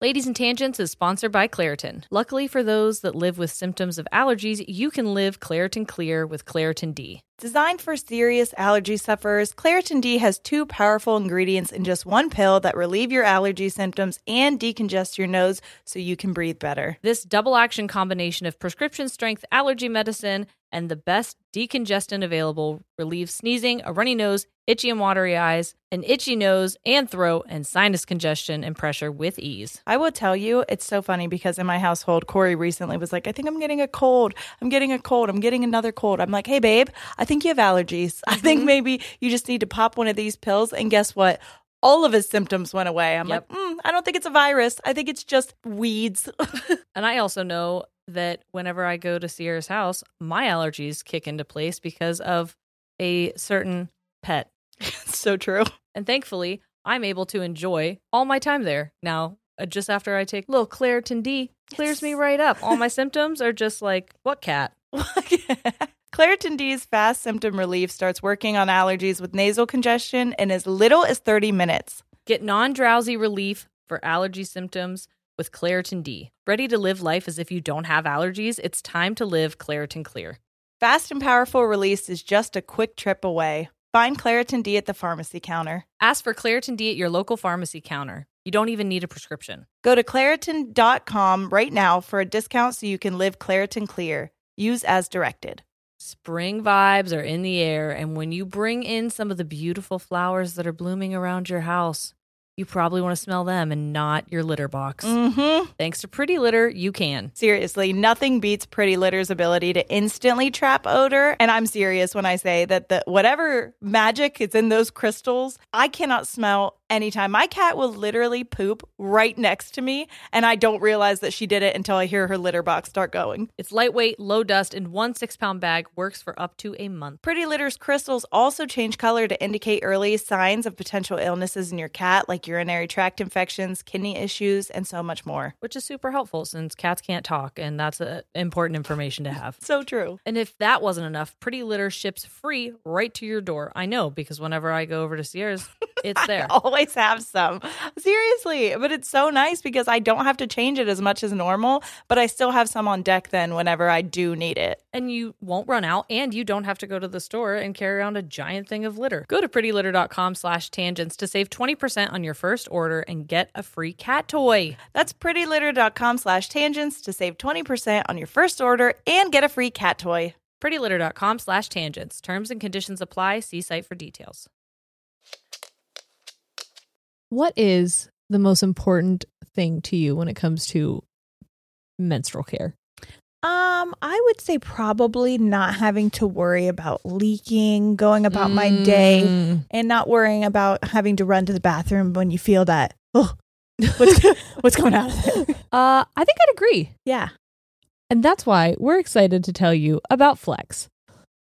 Speaker 6: Ladies and Tangents is sponsored by Claritin. Luckily for those that live with symptoms of allergies, you can live Claritin Clear with Claritin D.
Speaker 3: Designed for serious allergy sufferers, Claritin D has two powerful ingredients in just one pill that relieve your allergy symptoms and decongest your nose so you can breathe better.
Speaker 6: This double action combination of prescription strength allergy medicine and the best decongestant available relieves sneezing, a runny nose, itchy and watery eyes, an itchy nose and throat, and sinus congestion and pressure with ease.
Speaker 3: I will tell you, it's so funny because in my household, Corey recently was like, I think I'm getting a cold. I'm getting a cold. I'm getting another cold. I'm like, hey, babe, I think you have allergies. I think maybe you just need to pop one of these pills. And guess what? All of his symptoms went away. I'm
Speaker 6: Yep.
Speaker 3: like, mm, I don't think it's a virus. I think it's just weeds.
Speaker 6: And I also know that whenever I go to Sierra's house, my allergies kick into place because of a certain pet.
Speaker 3: so true.
Speaker 6: And thankfully, I'm able to enjoy all my time there. Now, uh, just after I take little Claritin D, clears me
Speaker 3: Yes.
Speaker 6: right up. All my symptoms are just like, what cat?
Speaker 3: Claritin D's fast symptom relief starts working on allergies with nasal congestion in as little as 30 minutes.
Speaker 6: Get non drowsy relief for allergy symptoms with Claritin D. Ready to live life as if you don't have allergies? It's time to live Claritin Clear.
Speaker 3: Fast and powerful release is just a quick trip away. Find Claritin D at the pharmacy counter.
Speaker 6: Ask for Claritin D at your local pharmacy counter. You don't even need a prescription.
Speaker 3: Go to Claritin.com right now for a discount so you can live Claritin clear. Use as directed.
Speaker 6: Spring vibes are in the air, and when you bring in some of the beautiful flowers that are blooming around your house, you probably want to smell them and not your litter box.
Speaker 3: Mm-hmm.
Speaker 6: Thanks to Pretty Litter, you can.
Speaker 3: Seriously, nothing beats Pretty Litter's ability to instantly trap odor. And I'm serious when I say that the whatever magic is in those crystals, I cannot smell anytime. My cat will literally poop right next to me, and I don't realize that she did it until I hear her litter box start going.
Speaker 6: It's lightweight, low dust, and one six pound bag works for up to a month.
Speaker 3: Pretty Litter's crystals also change color to indicate early signs of potential illnesses in your cat, like urinary tract infections, kidney issues, and so much more.
Speaker 6: Which is super helpful since cats can't talk, and that's uh important information to have.
Speaker 3: So true.
Speaker 6: And if that wasn't enough, Pretty Litter ships free right to your door. I know because whenever I go over to Sierra's, it's there.
Speaker 3: I always have some. Seriously, but it's so nice because I don't have to change it as much as normal, but I still have some on deck then whenever I do need it.
Speaker 6: and you won't run out and you don't have to go to the store and carry around a giant thing of litter go to prettylitter.com slash tangents to save 20% on your first order and get a free cat toy
Speaker 3: That's prettylitter.com slash tangents to save 20% on your first order and get a free cat toy.
Speaker 6: prettylitter.com slash tangents terms and conditions apply see site for details
Speaker 2: What is the most important thing to you when it comes to menstrual care?
Speaker 3: Um, I would say probably not having to worry about leaking, going about Mm. my day, and not worrying about having to run to the bathroom when you feel that, oh, What's, what's coming out of it?
Speaker 6: Uh, I think I'd agree.
Speaker 3: Yeah.
Speaker 6: And that's why we're excited to tell you about Flex.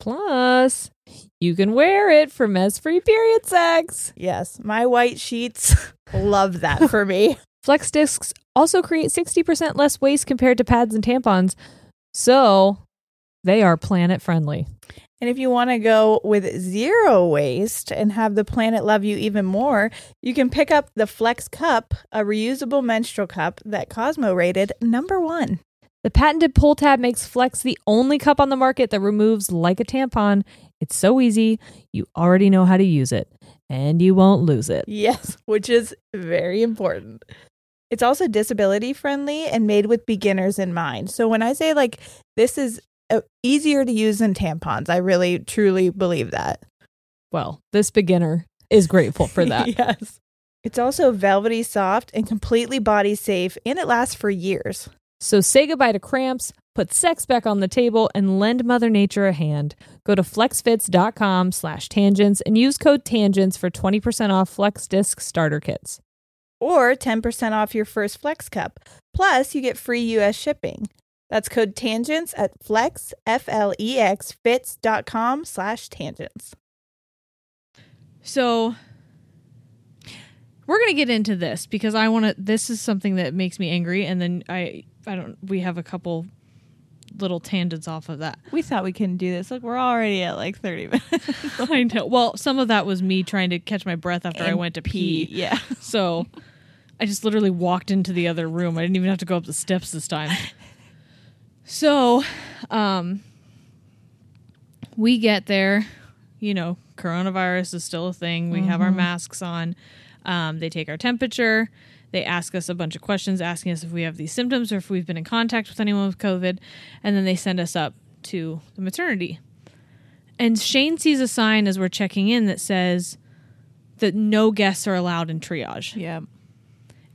Speaker 6: Plus, you can wear it for mess free period sex.
Speaker 3: Yes, my white sheets love that for me.
Speaker 6: Flex discs also create 60% less waste compared to pads and tampons, so they are planet friendly.
Speaker 3: And if you want to go with zero waste and have the planet love you even more, you can pick up the Flex Cup, a reusable menstrual cup that Cosmo rated number one.
Speaker 6: The patented pull tab makes Flex the only cup on the market that removes like a tampon. It's so easy, you already know how to use it, and you won't lose it.
Speaker 3: Yes, which is very important. It's also disability friendly and made with beginners in mind. So when I say like this is uh, easier to use than tampons, I really truly believe that.
Speaker 6: Well, this beginner is grateful for that.
Speaker 3: yes. It's also velvety soft and completely body safe and it lasts for years.
Speaker 6: So say goodbye to cramps, put sex back on the table, and lend Mother Nature a hand. Go to flexfits.com slash tangents and use code tangents for 20% off Flex Disc starter kits.
Speaker 3: or 10% off your first Flex Cup. Plus, you get free US shipping. That's code tangents at flex, F L E X, fits.com slash tangents.
Speaker 2: So we're gonna get into this because I want to. This is something that makes me angry, and then I I don't. We have a couple little tangents off of that.
Speaker 8: We thought we couldn't do this. Look, we're already at like 30 minutes.
Speaker 2: I know. Well, some of that was me trying to catch my breath after I went to pee.
Speaker 8: Yeah.
Speaker 2: So I just literally walked into the other room. I didn't even have to go up the steps this time. So um we get there, you know, coronavirus is still a thing. We have our masks on. Um, they take our temperature. They ask us a bunch of questions, asking us if we have these symptoms or if we've been in contact with anyone with COVID. And then they send us up to the maternity. And Shane sees a sign as we're checking in that says that no guests are allowed in triage.
Speaker 8: Yeah.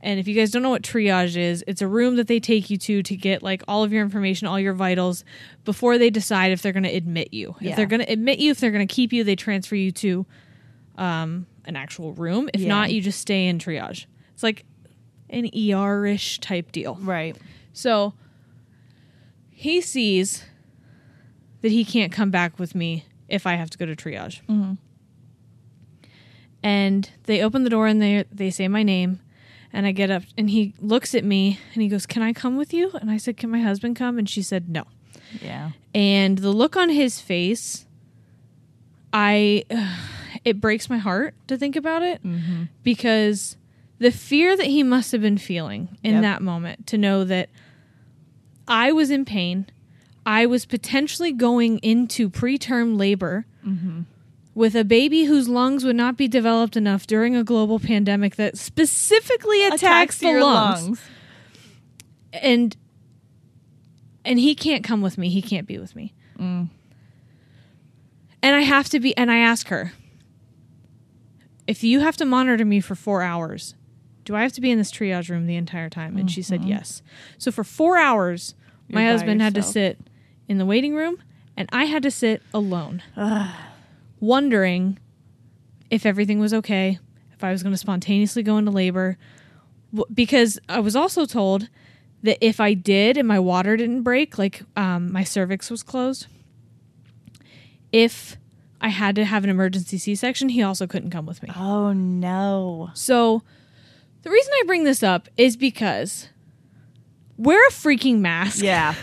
Speaker 2: And if you guys don't know what triage is, it's a room that they take you to to get like all of your information, all your vitals before they decide if they're going to admit you. If they're going to admit you, if they're going to keep you, they transfer you to um, an actual room. If not, you just stay in triage. It's like an ER ish type deal.
Speaker 8: Right.
Speaker 2: So he sees that he can't come back with me if I have to go to triage. And they open the door and they they say my name, and I get up and he looks at me and he goes, "Can I come with you?" And I said, "Can my husband come?" And she said, "No."
Speaker 8: Yeah.
Speaker 2: And the look on his face, I it breaks my heart to think about it because the fear that he must have been feeling in
Speaker 8: Yep.
Speaker 2: that moment to know that I was in pain, I was potentially going into preterm labor Mm-hmm. with a baby whose lungs would not be developed enough during a global pandemic that specifically attacks, the lungs. and and he can't come with me. He can't be with me. And I have to be. And I ask her, if you have to monitor me for four hours, do I have to be in this triage room the entire time? And she said yes. So for four hours, my
Speaker 8: Mm-hmm. by
Speaker 2: husband had to
Speaker 8: yourself.
Speaker 2: sit in the waiting room, and I had to sit alone, wondering if everything was okay, if I was going to spontaneously go into labor, W- because I was also told that if I did and my water didn't break, like um, my cervix was closed, if I had to have an emergency C section, he also couldn't come with me.
Speaker 8: Oh, no.
Speaker 2: So the reason I bring this up is because wear a freaking mask.
Speaker 8: Yeah.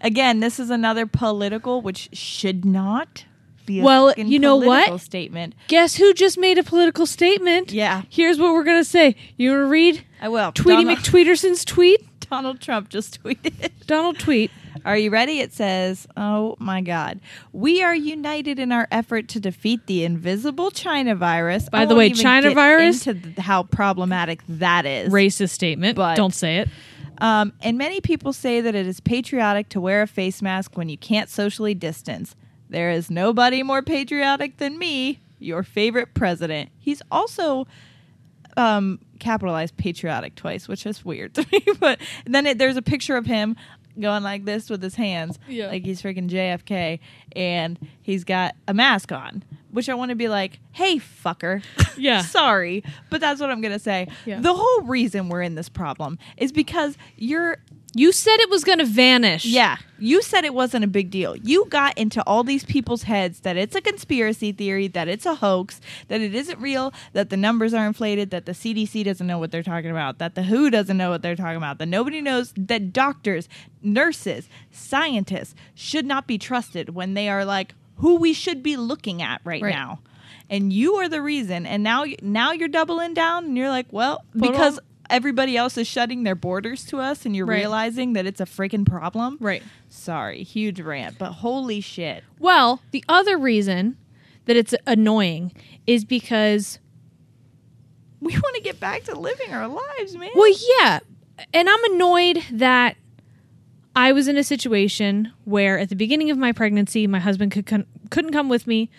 Speaker 8: Again, this is another political, which should not be a
Speaker 2: Well,
Speaker 8: fucking
Speaker 2: you know what?
Speaker 8: political statement.
Speaker 2: Guess who just made a political statement?
Speaker 8: Yeah.
Speaker 2: Here's what we're going to say. You want to read
Speaker 8: I will.
Speaker 2: Tweety
Speaker 8: Donald-
Speaker 2: McTweeterson's tweet?
Speaker 8: Donald Trump just tweeted.
Speaker 2: Donald Tweet.
Speaker 8: Are you ready? It says, Oh my God. We are united in our effort to defeat the invisible China virus.
Speaker 2: By
Speaker 8: I
Speaker 2: the
Speaker 8: won't
Speaker 2: way,
Speaker 8: even
Speaker 2: China
Speaker 8: get
Speaker 2: virus-
Speaker 8: Into th- how problematic that is.
Speaker 2: Racist statement.
Speaker 8: But-
Speaker 2: Don't say it.
Speaker 3: Um, and many people say that it is patriotic to wear a face mask when you can't socially distance. There is nobody more patriotic than me, your favorite president. He's also um, capitalized patriotic twice, which is weird to me. But then it, there's a picture of him going like this with his hands,
Speaker 2: Yeah.
Speaker 3: like he's freaking JFK, and he's got a mask on. Which I want to be like, hey, fucker.
Speaker 2: Yeah.
Speaker 3: Sorry, but that's what I'm going to say.
Speaker 2: Yeah.
Speaker 3: The whole reason we're in this problem is because you're
Speaker 2: You said it was going to vanish.
Speaker 3: yeah. You said it wasn't a big deal. You got into all these people's heads that it's a conspiracy theory, that it's a hoax, that it isn't real, that the numbers are inflated, that the CDC doesn't know what they're talking about, that the WHO doesn't know what they're talking about, that nobody knows that doctors, nurses, scientists should not be trusted when they are like who we should be looking at right,
Speaker 2: Right.
Speaker 3: now. And you are the reason. And now y- now you're doubling down and you're like, well,
Speaker 2: Put
Speaker 3: because
Speaker 2: on-
Speaker 3: everybody else is shutting their borders to us and you're
Speaker 2: Right.
Speaker 3: realizing that it's a freaking problem.
Speaker 2: Right.
Speaker 3: Sorry, huge rant, but holy shit.
Speaker 2: Well, the other reason that it's annoying is because
Speaker 3: We want to get back to living our lives, man.
Speaker 2: Well, yeah. And I'm annoyed that I was in a situation where at the beginning of my pregnancy, my husband could con- couldn't come with me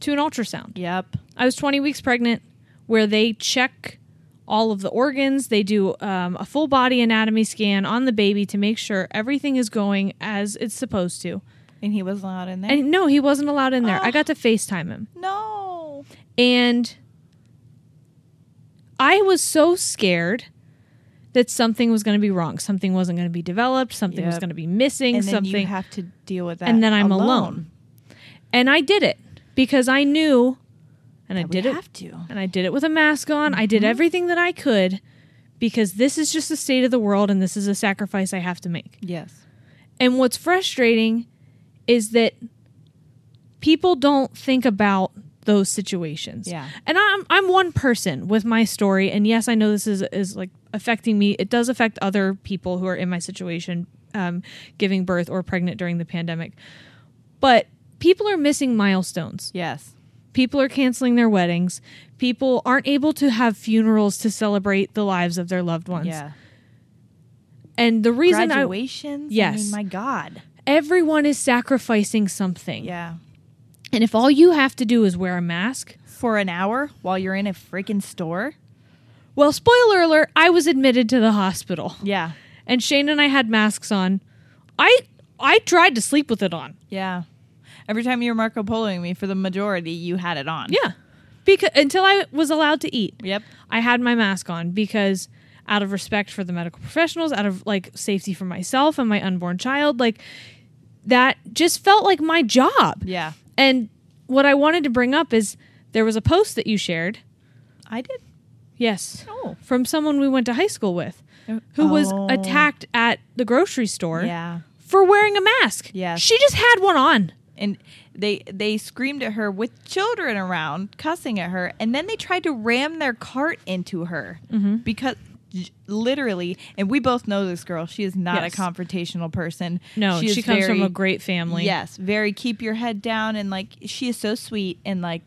Speaker 2: to an ultrasound.
Speaker 3: yep.
Speaker 2: I was 20 weeks pregnant where they check all of the organs. They do um, a full body anatomy scan on the baby to make sure everything is going as it's supposed to.
Speaker 3: And he was not in there.
Speaker 2: And no, he wasn't allowed in there. I
Speaker 3: Ah.
Speaker 2: got to FaceTime him.
Speaker 3: no.
Speaker 2: And I was so scared that something was going to be wrong. Something wasn't going to be developed. Something was
Speaker 3: Yep.
Speaker 2: going to be missing.
Speaker 3: And then
Speaker 2: something.
Speaker 3: you have to deal with that.
Speaker 2: and then I'm alone. And I did it because I knew, and I
Speaker 3: We
Speaker 2: did it.
Speaker 3: have to.
Speaker 2: And I did it with a mask on. I did everything that I could because this is just the state of the world and this is a sacrifice I have to make.
Speaker 3: Yes.
Speaker 2: And what's frustrating is that people don't think about those situations.
Speaker 3: Yeah.
Speaker 2: And I'm I'm one person with my story and yes, I know this is is like affecting me. It does affect other people who are in my situation um, giving birth or pregnant during the pandemic. But people are missing milestones.
Speaker 3: Yes.
Speaker 2: People are canceling their weddings. People aren't able to have funerals to celebrate the lives of their loved ones.
Speaker 3: Yeah.
Speaker 2: And the reason I
Speaker 3: Graduations. I
Speaker 2: Yes.
Speaker 3: mean, my God.
Speaker 2: everyone is sacrificing something.
Speaker 3: Yeah.
Speaker 2: And if all you have to do is wear a mask,
Speaker 3: For an hour while you're in a freaking store.
Speaker 2: well, spoiler alert, I was admitted to the hospital.
Speaker 3: Yeah.
Speaker 2: And Shane and I had masks on. I I tried to sleep with it on.
Speaker 3: Yeah. Every time you were Marco Poloing me, for the majority, you had it on.
Speaker 2: Yeah. Because until I was allowed to eat.
Speaker 3: Yep.
Speaker 2: I had my mask on because out of respect for the medical professionals, out of like safety for myself and my unborn child, like that just felt like my job.
Speaker 3: Yeah.
Speaker 2: And what I wanted to bring up is there was a post that you shared
Speaker 3: I did.
Speaker 2: Yes.
Speaker 3: Oh.
Speaker 2: From someone we went to high school with who was
Speaker 3: Oh.
Speaker 2: attacked at the grocery store
Speaker 3: Yeah.
Speaker 2: for wearing a mask.
Speaker 3: Yes.
Speaker 2: She just had one on.
Speaker 3: and they they screamed at her with children around cussing at her and then they tried to ram their cart into her
Speaker 2: Mm-hmm.
Speaker 3: because j- literally and we both know this girl she is not
Speaker 2: Yes.
Speaker 3: a confrontational person
Speaker 2: No, she,
Speaker 3: is
Speaker 2: comes from
Speaker 3: very-
Speaker 2: a great family.
Speaker 3: yes very keep your head down and like she is so sweet and like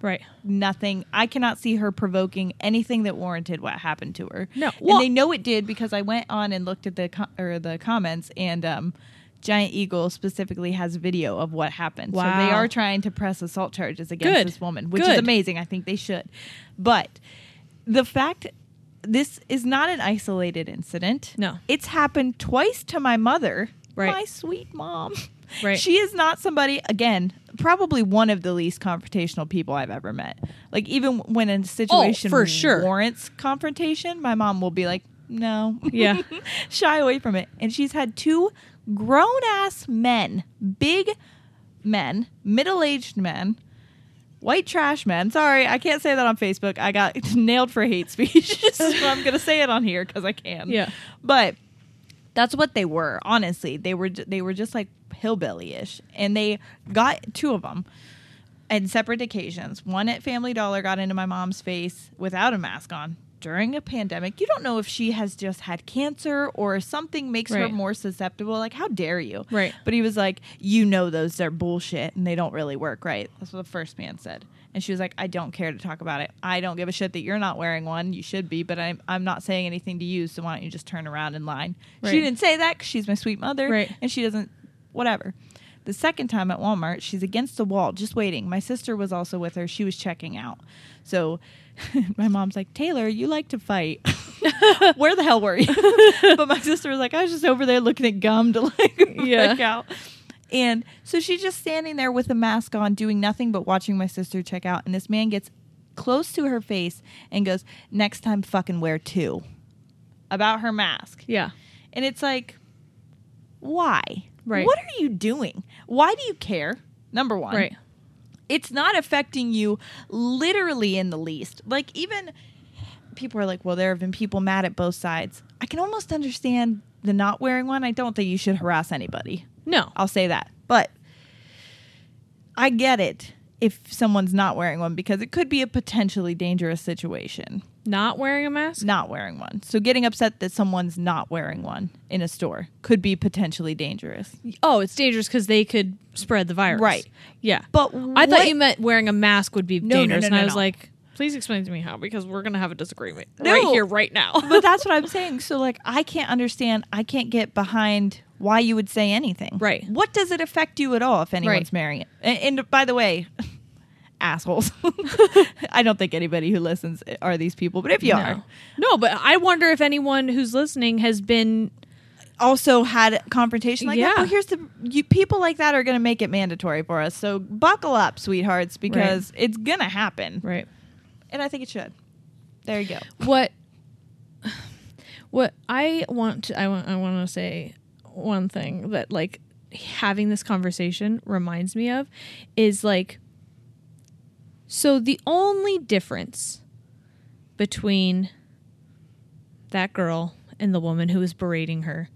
Speaker 2: Right.
Speaker 3: nothing i cannot see her provoking anything that warranted what happened to her
Speaker 2: No,
Speaker 3: and
Speaker 2: well-
Speaker 3: they know it did because i went on and looked at the com- or the comments and um giant eagle specifically has video of what happened so they
Speaker 2: Wow.
Speaker 3: are trying to press assault charges against
Speaker 2: Good.
Speaker 3: this woman which is
Speaker 2: Good.
Speaker 3: amazing i think they should but the fact this is not an isolated incident
Speaker 2: No.
Speaker 3: it's happened twice to my mother
Speaker 2: Right.
Speaker 3: my sweet mom
Speaker 2: Right.
Speaker 3: she is not somebody, again, probably one of the least confrontational people I've ever met. Like, even when a situation
Speaker 2: for sure.
Speaker 3: warrants confrontation, my mom will be like, no.
Speaker 2: Yeah.
Speaker 3: Shy away from it. And she's had two grown ass men, big men, middle aged men, white trash men. Sorry, I can't say that on Facebook. I got nailed for hate speech. so I'm going to say it on here because I can.
Speaker 2: Yeah.
Speaker 3: But that's what they were honestly they were they were just like hillbilly-ish and they got two of them and separate occasions one at family dollar got into my mom's face without a mask on during a pandemic you don't know if she has just had cancer or something makes her
Speaker 2: Right.
Speaker 3: more susceptible like how dare you
Speaker 2: Right.
Speaker 3: but he was like you know those are bullshit and they don't really work right that's what the first man said And she was like, I don't care to talk about it. I don't give a shit that you're not wearing one. You should be, but I'm, I'm not saying anything to you. So why don't you just turn around in line? She
Speaker 2: Right.
Speaker 3: didn't say that 'cause she's my sweet mother.
Speaker 2: Right.
Speaker 3: And she doesn't, whatever. The second time at Walmart, she's against the wall, just waiting. My sister was also with her. She was checking out. So my mom's like, Taylor, you like to fight. Where the hell were you? but my sister was like, I was just over there looking at gum to like
Speaker 2: Yeah.
Speaker 3: check out. And so she's just standing there with a mask on, doing nothing but watching my sister check out. And this man gets close to her face and goes, Next time, fucking wear two about her mask.
Speaker 2: Yeah.
Speaker 3: And it's like, why?
Speaker 2: Right.
Speaker 3: What are you doing? Why do you care? Number one
Speaker 2: Right.
Speaker 3: it's not affecting you literally in the least. Like even people are like, well, there have been people mad at both sides. I can almost understand the not wearing one. I don't think you should harass anybody.
Speaker 2: No.
Speaker 3: I'll say that. But I get it if someone's not wearing one because it could be a potentially dangerous situation
Speaker 2: Not wearing a mask?
Speaker 3: not wearing one. So getting upset that someone's not wearing one in a store could be potentially dangerous.
Speaker 2: Oh, it's dangerous because they could spread the virus.
Speaker 3: Right.
Speaker 2: Yeah.
Speaker 3: But
Speaker 2: I thought
Speaker 3: what-
Speaker 2: you meant wearing a mask would be
Speaker 3: No, no,
Speaker 2: dangerous.
Speaker 3: no,
Speaker 2: and
Speaker 3: no,
Speaker 2: I was
Speaker 3: no.
Speaker 2: like, please explain to me how, because we're going to have a disagreement
Speaker 3: No.
Speaker 2: right here, right now.
Speaker 3: But that's what I'm saying. So like I can't understand I can't get behind why you would say anything.
Speaker 2: Right.
Speaker 3: What does it affect you at all if anyone's
Speaker 2: Right.
Speaker 3: marrying it? And, and by the way, assholes. I don't think anybody who listens eh, are these people, but if you
Speaker 2: No.
Speaker 3: are,
Speaker 2: No, but I wonder if anyone who's listening has been
Speaker 3: also had confrontation like
Speaker 2: Yeah.
Speaker 3: that. Well, here's the you, people like that are going to make it mandatory for us. So buckle up, sweethearts, because it's going to happen.
Speaker 2: right.
Speaker 3: And I think it should. There you go.
Speaker 2: What what I want to I want I want to say one thing that like having this conversation reminds me of is like so the only difference between that girl and the woman who was berating her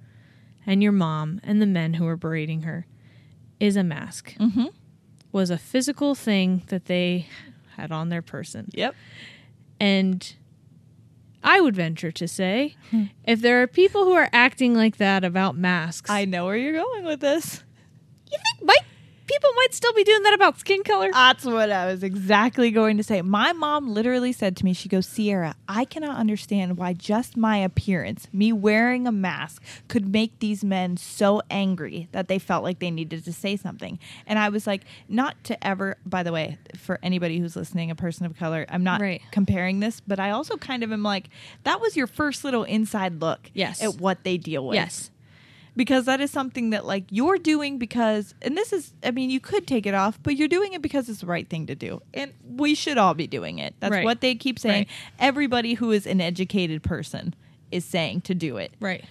Speaker 2: and your mom and the men who were berating her is a mask. Mm-hmm. Was a physical thing that they had on their person.
Speaker 3: Yep.
Speaker 2: And I would venture to say, if there are people who are acting like that about masks,
Speaker 3: I know where you're going with this.
Speaker 2: you think might, people might still be doing that about skin color?
Speaker 3: That's what I was exactly going to say. My mom literally said to me, she goes, Sierra, I cannot understand why just my appearance, me wearing a mask, could make these men so angry that they felt like they needed to say something. And I was like, not to ever, by the way, for anybody who's listening, a person of color, I'm not
Speaker 2: Right.
Speaker 3: comparing this, but I also kind of am like, that was your first little inside look
Speaker 2: Yes.
Speaker 3: at what they deal with
Speaker 2: yes.
Speaker 3: because that is something that like you're doing because and this is i mean you could take it off but you're doing it because it's the right thing to do and we should all be doing it that's
Speaker 2: Right.
Speaker 3: what they keep saying
Speaker 2: Right.
Speaker 3: everybody who is an educated person is saying to do it
Speaker 2: Right.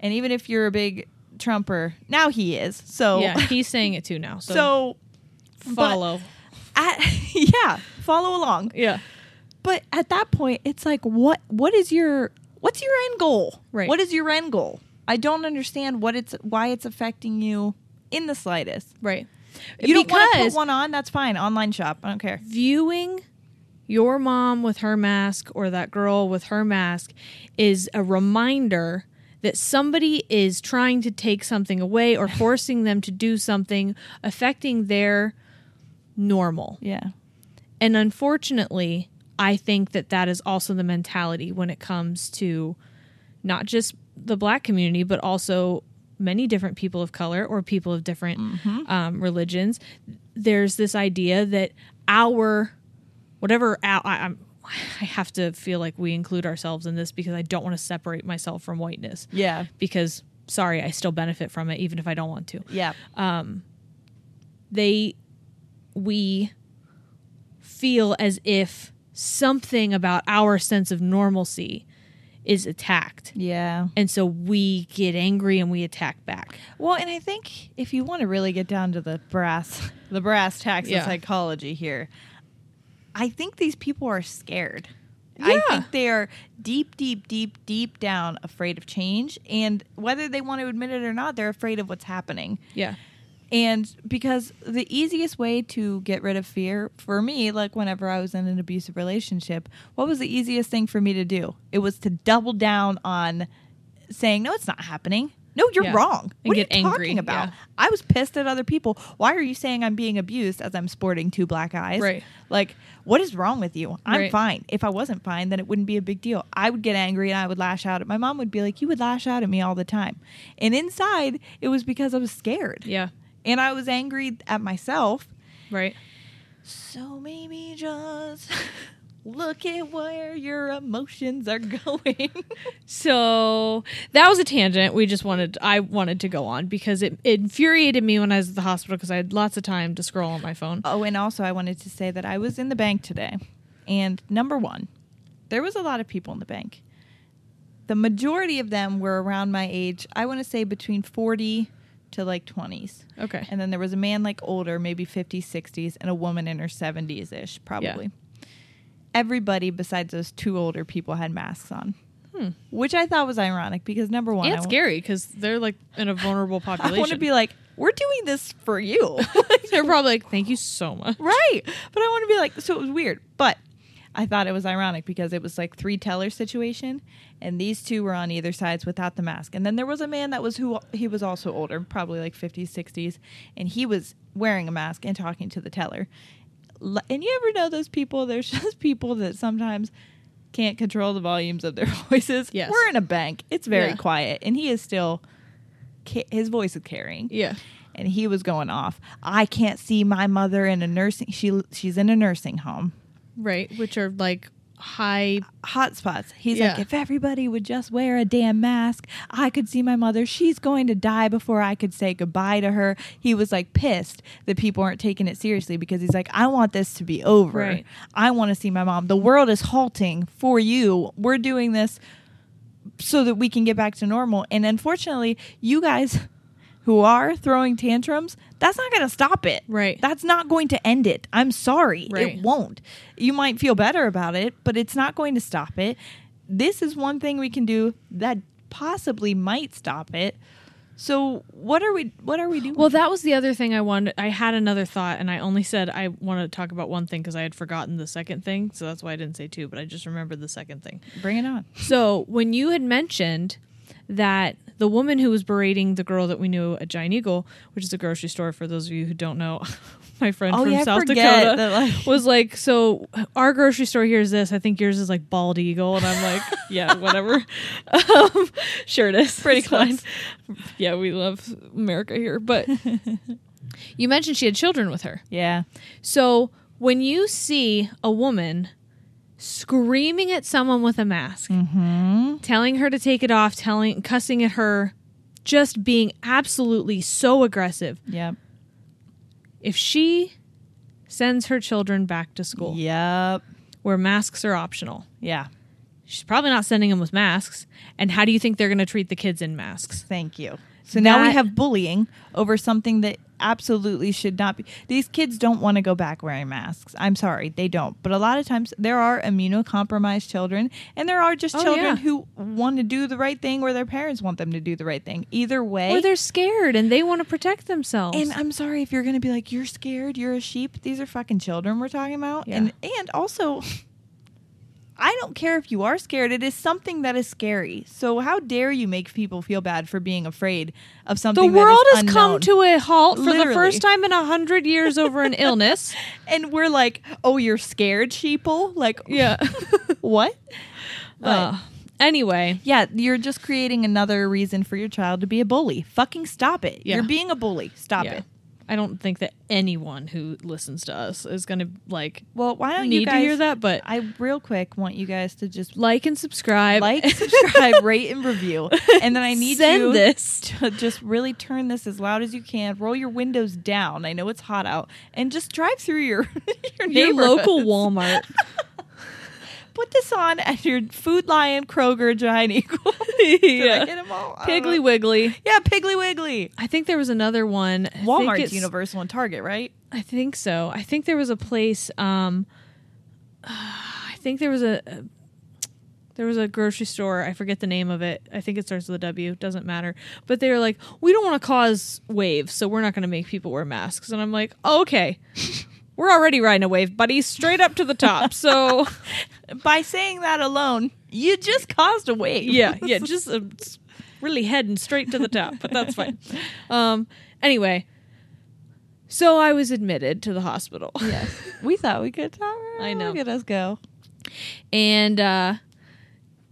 Speaker 3: and even if you're a big trumper now he is so
Speaker 2: Yeah, he's saying it too now. So,
Speaker 3: so
Speaker 2: follow.
Speaker 3: at, yeah follow along
Speaker 2: yeah.
Speaker 3: but at that point it's like what what is your what's your end goal
Speaker 2: Right.
Speaker 3: what is your end goal i don't understand what it's why it's affecting you in the slightest
Speaker 2: Right.
Speaker 3: you don't want to put
Speaker 2: Because-
Speaker 3: one on that's fine online shop i don't care
Speaker 2: viewing your mom with her mask or that girl with her mask is a reminder that somebody is trying to take something away or forcing them to do something affecting their normal.
Speaker 3: yeah
Speaker 2: And unfortunately, I think that that is also the mentality when it comes to not just the black community, but also many different people of color or people of different um, religions. There's this idea that our, whatever, our, I, I'm, I have to feel like we include ourselves in this because I don't want to separate myself from whiteness.
Speaker 3: yeah
Speaker 2: Because, sorry, I still benefit from it, even if I don't want to
Speaker 3: yeah
Speaker 2: they we feel as if something about our sense of normalcy is attacked
Speaker 3: yeah
Speaker 2: and so we get angry and we attack back
Speaker 3: well and i think if you want to really get down to the brass the brass tacks
Speaker 2: Yeah.
Speaker 3: of psychology here i think these people are scared
Speaker 2: Yeah.
Speaker 3: I think they are deep, deep, deep, deep down afraid of change. And whether they want to admit it or not, they're afraid of what's happening.
Speaker 2: yeah
Speaker 3: And because the easiest way to get rid of fear for me, like whenever I was in an abusive relationship, what was the easiest thing for me to do? It was to double down on saying, no, it's not happening. No, you're
Speaker 2: Yeah.
Speaker 3: wrong.
Speaker 2: And
Speaker 3: What
Speaker 2: get
Speaker 3: are you
Speaker 2: angry,
Speaker 3: talking about?
Speaker 2: yeah.
Speaker 3: I was pissed at other people. Why are you saying I'm being abused as I'm sporting two black eyes?
Speaker 2: Right.
Speaker 3: Like, what is wrong with you? I'm
Speaker 2: Right.
Speaker 3: fine. If I wasn't fine, then it wouldn't be a big deal. I would get angry and I would lash out at my mom would be like, You would lash out at me all the time. And inside it was because I was scared.
Speaker 2: Yeah.
Speaker 3: And I was angry at myself.
Speaker 2: Right.
Speaker 3: So maybe just look at where your emotions are going.
Speaker 2: So that was a tangent. We just wanted I wanted to go on because it, it infuriated me when I was at the hospital because I had lots of time to scroll on my phone.
Speaker 3: Oh, and also I wanted to say that I was in the bank today. And number one, there was a lot of people in the bank. The majority of them were around my age. I want to say between 40 to like 20s.
Speaker 2: Okay.
Speaker 3: And then there was a man like older, maybe 50s, 60s, and a woman in her 70s ish, probably. Everybody besides those two older people had masks on, which I thought was ironic because number one,
Speaker 2: Hmm. And
Speaker 3: I
Speaker 2: it's
Speaker 3: wa-
Speaker 2: scary because they're like in a vulnerable
Speaker 3: I
Speaker 2: population.
Speaker 3: want to be like, we're doing this for you.
Speaker 2: they're probably like, thank you so much.
Speaker 3: Right. But I want to be like, so it was weird. But I thought it was ironic because it was like three teller situation, and these two were on either sides without the mask. And then there was a man that was who he was also older, probably like 50s, 60s, and he was wearing a mask and talking to the teller. L- And you ever know those people? There's just people that sometimes can't control the volumes of their voices.
Speaker 2: Yes.
Speaker 3: We're in a bank, it's very
Speaker 2: Yeah.
Speaker 3: quiet, and he is still, ca- his voice is carrying
Speaker 2: Yeah.
Speaker 3: and he was going off. I can't see my mother in a nursing. She she's in a nursing home.
Speaker 2: Right. Which are like high
Speaker 3: Hot spots. He's like,
Speaker 2: Yeah.
Speaker 3: if everybody would just wear a damn mask, I could see my mother. She's going to die before I could say goodbye to her. He was like pissed that people aren't taking it seriously because he's like, I want this to be over.
Speaker 2: Right.
Speaker 3: I want to see my mom. The world is halting for you. We're doing this so that we can get back to normal. And unfortunately, you guys who are throwing tantrums, that's not going to stop it.
Speaker 2: Right.
Speaker 3: That's not going to end it. I'm sorry.
Speaker 2: Right.
Speaker 3: It won't. You might feel better about it, but it's not going to stop it. This is one thing we can do that possibly might stop it. So what are we what are we doing?
Speaker 2: Well, that was the other thing I wanted. I had another thought, and I only said I wanted to talk about one thing because I had forgotten the second thing. So that's why I didn't say two, but I just remembered the second thing.
Speaker 3: bring it on.
Speaker 2: So when you had mentioned that the woman who was berating the girl that we knew at Giant Eagle, which is a grocery store for those of you who don't know, my friend
Speaker 3: Oh,
Speaker 2: from
Speaker 3: yeah, I
Speaker 2: South
Speaker 3: forget
Speaker 2: Dakota
Speaker 3: that, like-
Speaker 2: was like, "So our grocery store here is this. I think yours is like Bald Eagle," and I'm like, "Yeah, whatever. um, sure it is. Pretty close. Yeah, we love America here." But you mentioned she had children with her.
Speaker 3: Yeah.
Speaker 2: So when you see a woman screaming at someone with a mask,
Speaker 3: Mm-hmm.
Speaker 2: telling her to take it off, telling cussing at her, just being absolutely so aggressive,
Speaker 3: Yep.
Speaker 2: if she sends her children back to school
Speaker 3: Yep.
Speaker 2: where masks are optional,
Speaker 3: Yeah.
Speaker 2: she's probably not sending them with masks. And how do you think they're going to treat the kids in masks?
Speaker 3: Thank you. So now we
Speaker 2: That-
Speaker 3: have bullying over something that absolutely should not be. These kids don't want to go back wearing masks. I'm sorry, they don't. But a lot of times there are immunocompromised children, and there are just
Speaker 2: Oh,
Speaker 3: children
Speaker 2: yeah.
Speaker 3: who want to do the right thing or their parents want them to do the right thing. Either way.
Speaker 2: Or they're scared and they want to protect themselves.
Speaker 3: and I'm sorry if you're going to be like, you're scared, you're a sheep. These are fucking children we're talking about.
Speaker 2: Yeah.
Speaker 3: And, and also. I don't care if you are scared. It is something that is scary. So how dare you make people feel bad for being afraid of
Speaker 2: the
Speaker 3: something? that
Speaker 2: world
Speaker 3: is
Speaker 2: has come
Speaker 3: unknown?
Speaker 2: to a halt for the
Speaker 3: Literally.
Speaker 2: first time in a hundred years over an illness.
Speaker 3: and we're like, "Oh, you're scared, sheeple." Like,
Speaker 2: Yeah.
Speaker 3: what?
Speaker 2: Uh, anyway,
Speaker 3: Yeah, you're just creating another reason for your child to be a bully. Fucking stop it.
Speaker 2: Yeah.
Speaker 3: You're being a bully. Stop
Speaker 2: yeah.
Speaker 3: it.
Speaker 2: I don't think that anyone who listens to us is going to like
Speaker 3: Well, why don't
Speaker 2: need
Speaker 3: you guys
Speaker 2: to hear that, but
Speaker 3: I real quick want you guys to just
Speaker 2: like and subscribe.
Speaker 3: like, subscribe, rate, and review. And then I need
Speaker 2: Send
Speaker 3: you
Speaker 2: this.
Speaker 3: to just really turn this as loud as you can. Roll your windows down. I know it's hot out, and just drive through your your,
Speaker 2: your
Speaker 3: neighborhood.
Speaker 2: local Walmart.
Speaker 3: Uh-huh. Put this on at your Food Lion, Kroger, Giant Eagle. Did
Speaker 2: Yeah.
Speaker 3: I get 'em all? I don't know.
Speaker 2: Piggly Wiggly.
Speaker 3: Yeah, Piggly Wiggly.
Speaker 2: I think there was another one. I think
Speaker 3: Walmart's
Speaker 2: it's-
Speaker 3: Universal and Target, right?
Speaker 2: I think so. I think there was a place. Um, I think there was a, a there was a grocery store. I forget the name of it. I think it starts with a W. Doesn't matter. But they were like, we don't want to cause waves, so we're not going to make people wear masks. And I'm like, okay, we're already riding a wave, buddy, straight up to the top. So
Speaker 3: By saying that alone, you just caused a wave.
Speaker 2: yeah, yeah, just a really heading straight to the top, but that's fine. Um, anyway, so I was admitted to the hospital.
Speaker 3: Yes. We thought we could talk.
Speaker 2: I know.
Speaker 3: Look at us go.
Speaker 2: and uh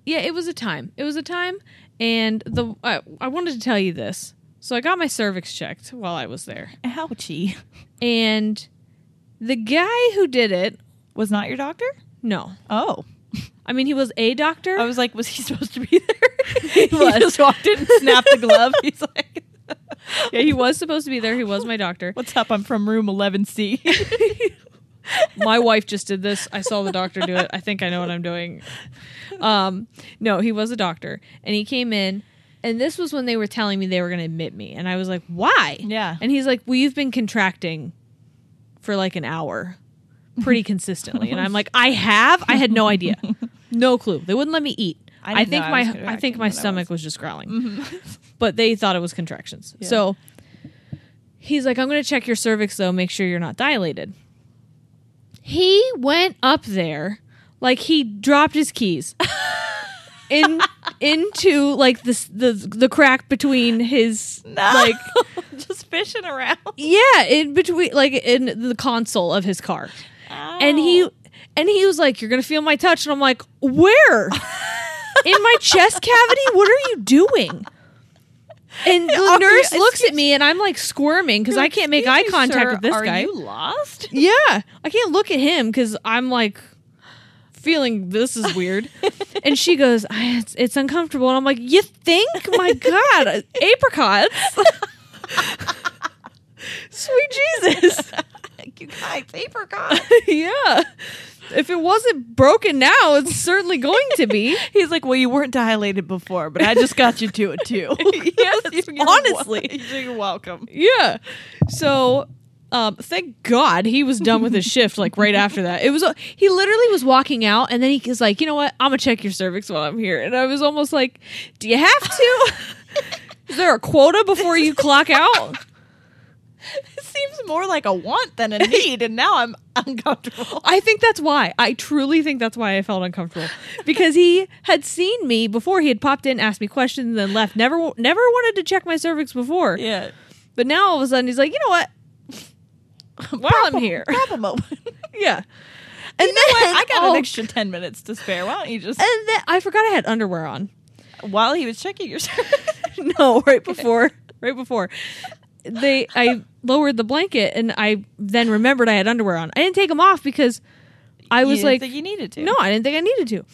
Speaker 2: yeah it was a time it was a time and the I, I wanted to tell you this so i got my cervix checked while i was there
Speaker 3: Ouchie.
Speaker 2: and the guy who did it
Speaker 3: Was not your doctor?
Speaker 2: no
Speaker 3: Oh.
Speaker 2: i mean he was a doctor
Speaker 3: I was like, was he supposed to be there? he
Speaker 2: was.
Speaker 3: just walked in, snapped the glove. He's like,
Speaker 2: yeah, he was supposed to be there he was my doctor
Speaker 3: what's up? I'm from room 11C.
Speaker 2: my wife just did this. I saw the doctor do it. I think I know what I'm doing. Um, no, he was a doctor, and he came in, and this was when they were telling me they were going to admit me, and I was like, "Why?"
Speaker 3: Yeah.
Speaker 2: and he's like, "Well, you've been contracting for like an hour, pretty consistently," and I'm like, "I have. I had no idea, no clue. They wouldn't let me eat.
Speaker 3: I
Speaker 2: I,
Speaker 3: didn't
Speaker 2: think
Speaker 3: know I was
Speaker 2: my I
Speaker 3: contracting
Speaker 2: think my
Speaker 3: when I was- Mm-hmm.
Speaker 2: stomach was just growling." but they thought it was contractions. So he's like, I'm going to check your cervix though, make sure you're not dilated. He went up there like he dropped his keys in into like this the the crack between his like
Speaker 3: just fishing around.
Speaker 2: yeah in between like in the console of his car and he and he was like you're gonna feel my touch and i'm like where in my chest cavity what are you doing and the nurse looks at me and i'm like squirming because i can't make eye contact with this
Speaker 3: are
Speaker 2: guy
Speaker 3: you lost?
Speaker 2: yeah i can't look at him because i'm like feeling this is weird and she goes "Ah, it's, it's uncomfortable and i'm like you think my god apricots sweet jesus
Speaker 3: You guys, apricot.
Speaker 2: yeah. If it wasn't broken now, it's certainly going to be.
Speaker 3: He's like, well, you weren't dilated before, but I just got you to it too.
Speaker 2: yes, honestly.
Speaker 3: You're welcome.
Speaker 2: Yeah. So, um, thank God he was done with his shift like right after that. It was he literally was walking out, and then he was like, "You know what? I'm gonna check your cervix while I'm here." And I was almost like, "Do you have to? Is there a quota before you clock out?"
Speaker 3: It seems more like a want than a need, and now I'm uncomfortable.
Speaker 2: I think that's why. I truly think that's why I felt uncomfortable because he had seen me before. He had popped in, asked me questions, and then left. Never, never wanted to check my cervix before.
Speaker 3: Yeah.
Speaker 2: But now all of a sudden he's like, you know what? While I'm here,
Speaker 3: Problem open.
Speaker 2: yeah. And then
Speaker 3: I got
Speaker 2: oh,
Speaker 3: an extra 10 minutes to spare. Why don't you just.
Speaker 2: And then I forgot I had underwear on.
Speaker 3: while he was checking your cervix.
Speaker 2: no, right before, right before they, I lowered the blanket, and I then remembered I had underwear on. I didn't take them off because I was like,
Speaker 3: you needed to.
Speaker 2: No, I didn't think I needed to.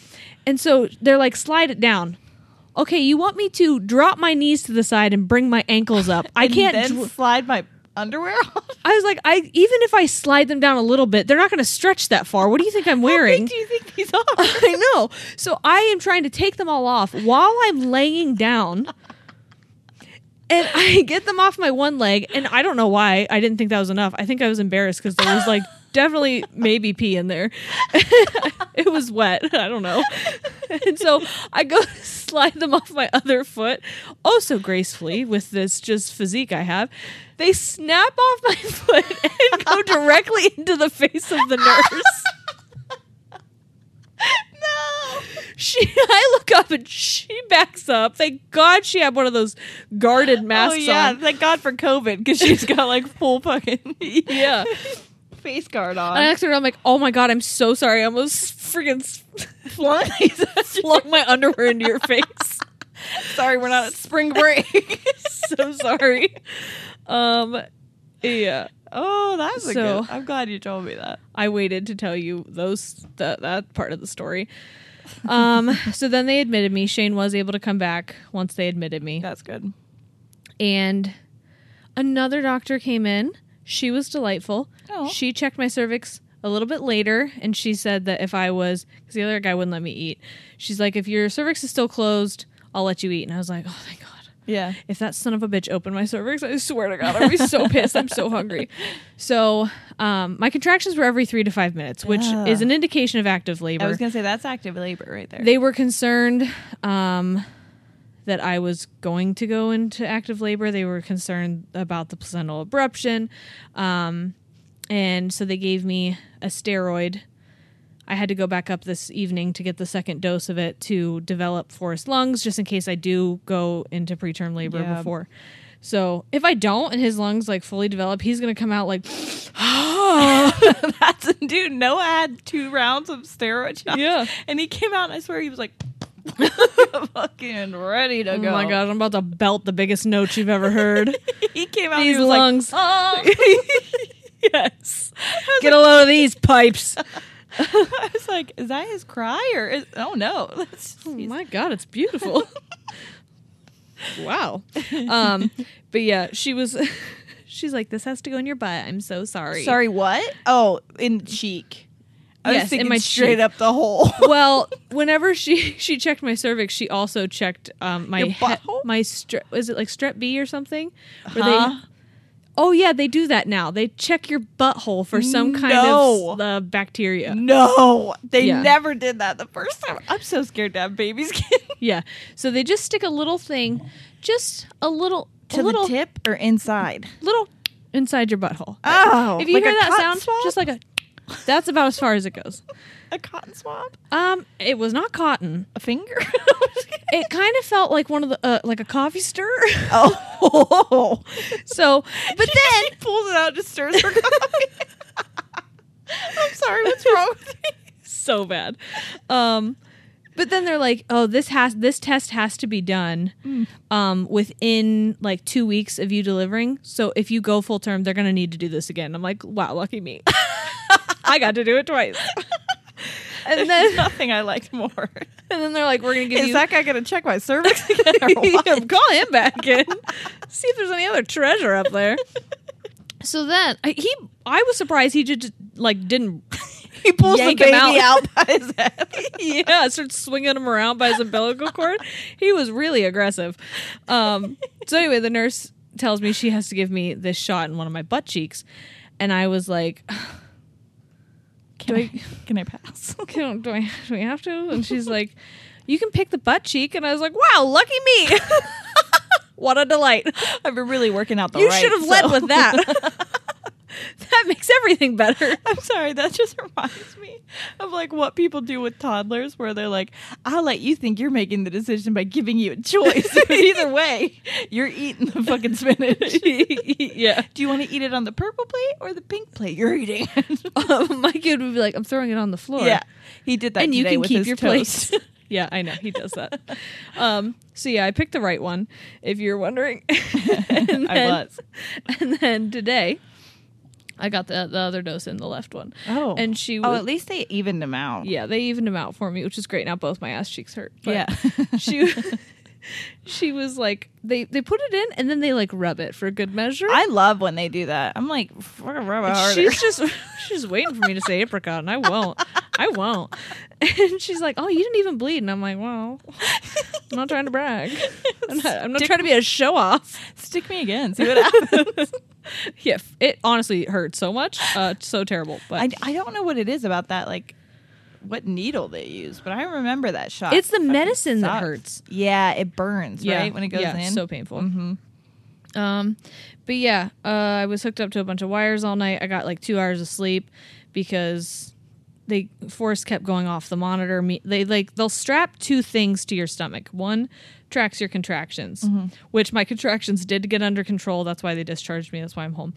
Speaker 2: And so they're like, slide it down. Okay, you want me to drop my knees to the side and bring my ankles up? I can't.
Speaker 3: Then
Speaker 2: dr-
Speaker 3: slide my underwear off.
Speaker 2: I was like, I even if I slide them down a little bit, they're not going to stretch that far. What do you think I'm wearing?
Speaker 3: do you think he's off?
Speaker 2: I know. So I am trying to take them all off while I'm laying down. And I get them off my one leg, and I don't know why I didn't think that was enough. I think I was embarrassed because there was like definitely maybe pee in there. it was wet. I don't know. And so I go to slide them off my other foot, oh so gracefully with this just physique I have. They snap off my foot and go directly into the face of the nurse. She, I look up and she backs up. Thank God she had one of those guarded
Speaker 3: Oh,
Speaker 2: masks
Speaker 3: yeah.
Speaker 2: on.
Speaker 3: Thank God for COVID because she's got like full fucking
Speaker 2: Yeah.
Speaker 3: face guard
Speaker 2: And I
Speaker 3: on.
Speaker 2: asked her, I'm like, oh my God, I'm so sorry. I almost freaking s-
Speaker 3: Flung.
Speaker 2: flung my underwear into your face.
Speaker 3: Sorry, we're not at spring break.
Speaker 2: so sorry. Um, yeah.
Speaker 3: oh, that's a
Speaker 2: So-
Speaker 3: good. I'm glad you told me that.
Speaker 2: I waited to tell you those that that part of the story. Um, so then they admitted me. Shane was able to come back once they admitted me.
Speaker 3: That's good.
Speaker 2: and another doctor came in. She was delightful.
Speaker 3: Oh.
Speaker 2: She checked my cervix a little bit later and she said that if I was, because the other guy wouldn't let me eat, she's like, if your cervix is still closed, I'll let you eat. And I was like, oh, thank God.
Speaker 3: Yeah.
Speaker 2: If that son of a bitch opened my cervix, I swear to God, I'd be so pissed. I'm so hungry. So, um, my contractions were every three to five minutes, which
Speaker 3: Ugh.
Speaker 2: is an indication of active labor.
Speaker 3: I was gonna say that's active labor right there.
Speaker 2: They were concerned um, that I was going to go into active labor. They were concerned about the placental abruption. Um, and so they gave me a steroid. I had to go back up this evening to get the second dose of it to develop forced lungs just in case I do go into preterm labor
Speaker 3: Yeah.
Speaker 2: before. So if I don't and his lungs like fully develop, he's gonna come out like "Oh
Speaker 3: That's dude. Noah had two rounds of steroid shots.
Speaker 2: Yeah.
Speaker 3: and he came out. and I swear he was like, fucking ready to
Speaker 2: Oh
Speaker 3: go.
Speaker 2: my god, I'm about to belt the biggest note you've ever heard.
Speaker 3: He came out. and
Speaker 2: These
Speaker 3: he was like, "Oh."
Speaker 2: lungs.
Speaker 3: yes.
Speaker 2: Get a load of these pipes.
Speaker 3: I was like, is that his cry or is, oh no? That's,
Speaker 2: Oh my god, it's beautiful. wow. Um, but yeah, she was. She's like, this has to go in your butt. I'm so sorry.
Speaker 3: sorry, what? Oh, in the cheek. I
Speaker 2: Yes, in
Speaker 3: was thinking
Speaker 2: my
Speaker 3: straight
Speaker 2: cheek.
Speaker 3: up the hole.
Speaker 2: Well, whenever she she checked my cervix, she also checked um my
Speaker 3: Your
Speaker 2: he-
Speaker 3: butthole?
Speaker 2: my strep. Is it like strep B or something? Where
Speaker 3: Huh?
Speaker 2: they Oh yeah, they do that now. They check your butthole for some kind
Speaker 3: No.
Speaker 2: of uh, bacteria.
Speaker 3: no, they
Speaker 2: Yeah.
Speaker 3: never did that the first time. I'm so scared to have baby skin.
Speaker 2: Yeah. So they just stick a little thing, just a little, a little,
Speaker 3: tip or inside?
Speaker 2: little inside your butthole.
Speaker 3: Oh,
Speaker 2: if you
Speaker 3: like
Speaker 2: hear
Speaker 3: a
Speaker 2: that
Speaker 3: cotton
Speaker 2: sound,
Speaker 3: swab?
Speaker 2: just like a. That's about as far as it goes.
Speaker 3: a cotton swab,
Speaker 2: Um, it was not cotton.
Speaker 3: a finger.
Speaker 2: It kind of felt like one of the uh, like a coffee stir.
Speaker 3: oh,
Speaker 2: So, but then
Speaker 3: she pulls it out, and just stirs her coffee. I'm sorry, what's wrong with me?
Speaker 2: so bad. Um, but then they're like, "Oh, this has this test has to be done um, within like two weeks of you delivering. So if you go full term, they're gonna need to do this again." I'm like, "Wow, lucky me! I got to do it twice." and
Speaker 3: There's
Speaker 2: then
Speaker 3: nothing I liked more.
Speaker 2: and then they're like, "We're gonna give
Speaker 3: Is
Speaker 2: you."
Speaker 3: that guy gonna check my cervix again? Or what?
Speaker 2: Yeah, call him back in. See if there's any other treasure up there. So then I- he, I was surprised he just like didn't.
Speaker 3: He pulls
Speaker 2: Yank
Speaker 3: the
Speaker 2: him
Speaker 3: baby out.
Speaker 2: out.
Speaker 3: by his head.
Speaker 2: Yeah, start swinging him around by his umbilical cord. He was really aggressive. Um, so anyway, the nurse tells me she has to give me this shot in one of my butt cheeks, and I was like,
Speaker 3: Can I, can I pass?
Speaker 2: can, "Oh, do I do we have to? And she's like, you can pick the butt cheek, and I was like, wow, lucky me. what a delight.
Speaker 3: I've been really working out the
Speaker 2: you
Speaker 3: right,
Speaker 2: should have
Speaker 3: so-
Speaker 2: led with that. that makes everything better.
Speaker 3: I'm sorry, that just reminds me of like what people do with toddlers where they're like, I'll let you think you're making the decision by giving you a choice. But either way, you're eating the fucking spinach.
Speaker 2: yeah.
Speaker 3: Do you want to eat it on the purple plate or the pink plate? You're eating.
Speaker 2: Um, my kid would be like, I'm throwing it on the floor.
Speaker 3: yeah. He did that
Speaker 2: And you
Speaker 3: today
Speaker 2: can
Speaker 3: with
Speaker 2: keep
Speaker 3: his
Speaker 2: your
Speaker 3: toast.
Speaker 2: place. yeah, I know. He does that. um, so, yeah, I picked the right one, if you're wondering. and
Speaker 3: I was.
Speaker 2: And then today, I got the, the other dose in the left one. And she
Speaker 3: Oh,
Speaker 2: was.
Speaker 3: at least they evened him out.
Speaker 2: yeah, they evened him out for me, which is great. Now both my ass cheeks hurt. but-
Speaker 3: Yeah.
Speaker 2: she she was like they they put it in and then they like rub it for good measure.
Speaker 3: I love when they do that. I'm like, fucking rub it
Speaker 2: And
Speaker 3: harder.
Speaker 2: she's just she's waiting for me to say apricot and I won't. I won't. And she's like, "Oh, you didn't even bleed." And I'm like, "Well, I'm not trying to brag. I'm not, I'm not trying to be a show off."
Speaker 3: Stick me again. See what happens.
Speaker 2: Yeah, it honestly hurt so much. Uh so terrible, but
Speaker 3: I, I don't know what it is about that, like what needle they use, but I remember that shot.
Speaker 2: it's the
Speaker 3: Fucking
Speaker 2: medicine that
Speaker 3: sucks.
Speaker 2: hurts.
Speaker 3: Yeah, it burns,
Speaker 2: yeah,
Speaker 3: right? When it goes
Speaker 2: yeah,
Speaker 3: in.
Speaker 2: so painful. Um, but yeah, uh, I was hooked up to a bunch of wires all night. I got like two hours of sleep because they Forrest kept going off the monitor. Me, they like they'll strap two things to your stomach. One tracks your contractions, which my contractions did get under control. That's why they discharged me. That's why I'm home.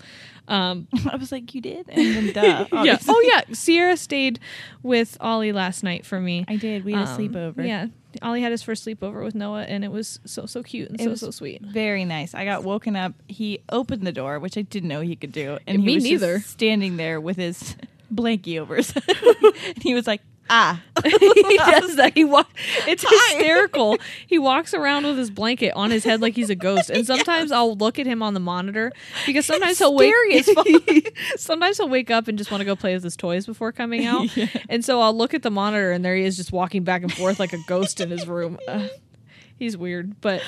Speaker 2: Um,
Speaker 3: I was like, you did? And then duh.
Speaker 2: yeah.
Speaker 3: obviously.
Speaker 2: Oh yeah. Sierra stayed with Ollie last night for me.
Speaker 3: I did. We had a
Speaker 2: Um,
Speaker 3: sleepover.
Speaker 2: Yeah. Ollie had his first sleepover with Noah, and it was so so cute and
Speaker 3: It
Speaker 2: so
Speaker 3: was
Speaker 2: so sweet.
Speaker 3: Very nice. I got woken up. He opened the door, which I didn't know he could do. And he
Speaker 2: Me
Speaker 3: was just
Speaker 2: neither.
Speaker 3: standing there with his blankie over his head. and he was like, ah.
Speaker 2: he does that. He walk. It's hysterical. he walks around with his blanket on his head like he's a ghost. And sometimes I'll look at him on the monitor because sometimes he'll wake. sometimes he'll wake up and just want to go play with his toys before coming out. And so I'll look at the monitor and there he is just walking back and forth like a ghost in his room. Uh, he's weird, but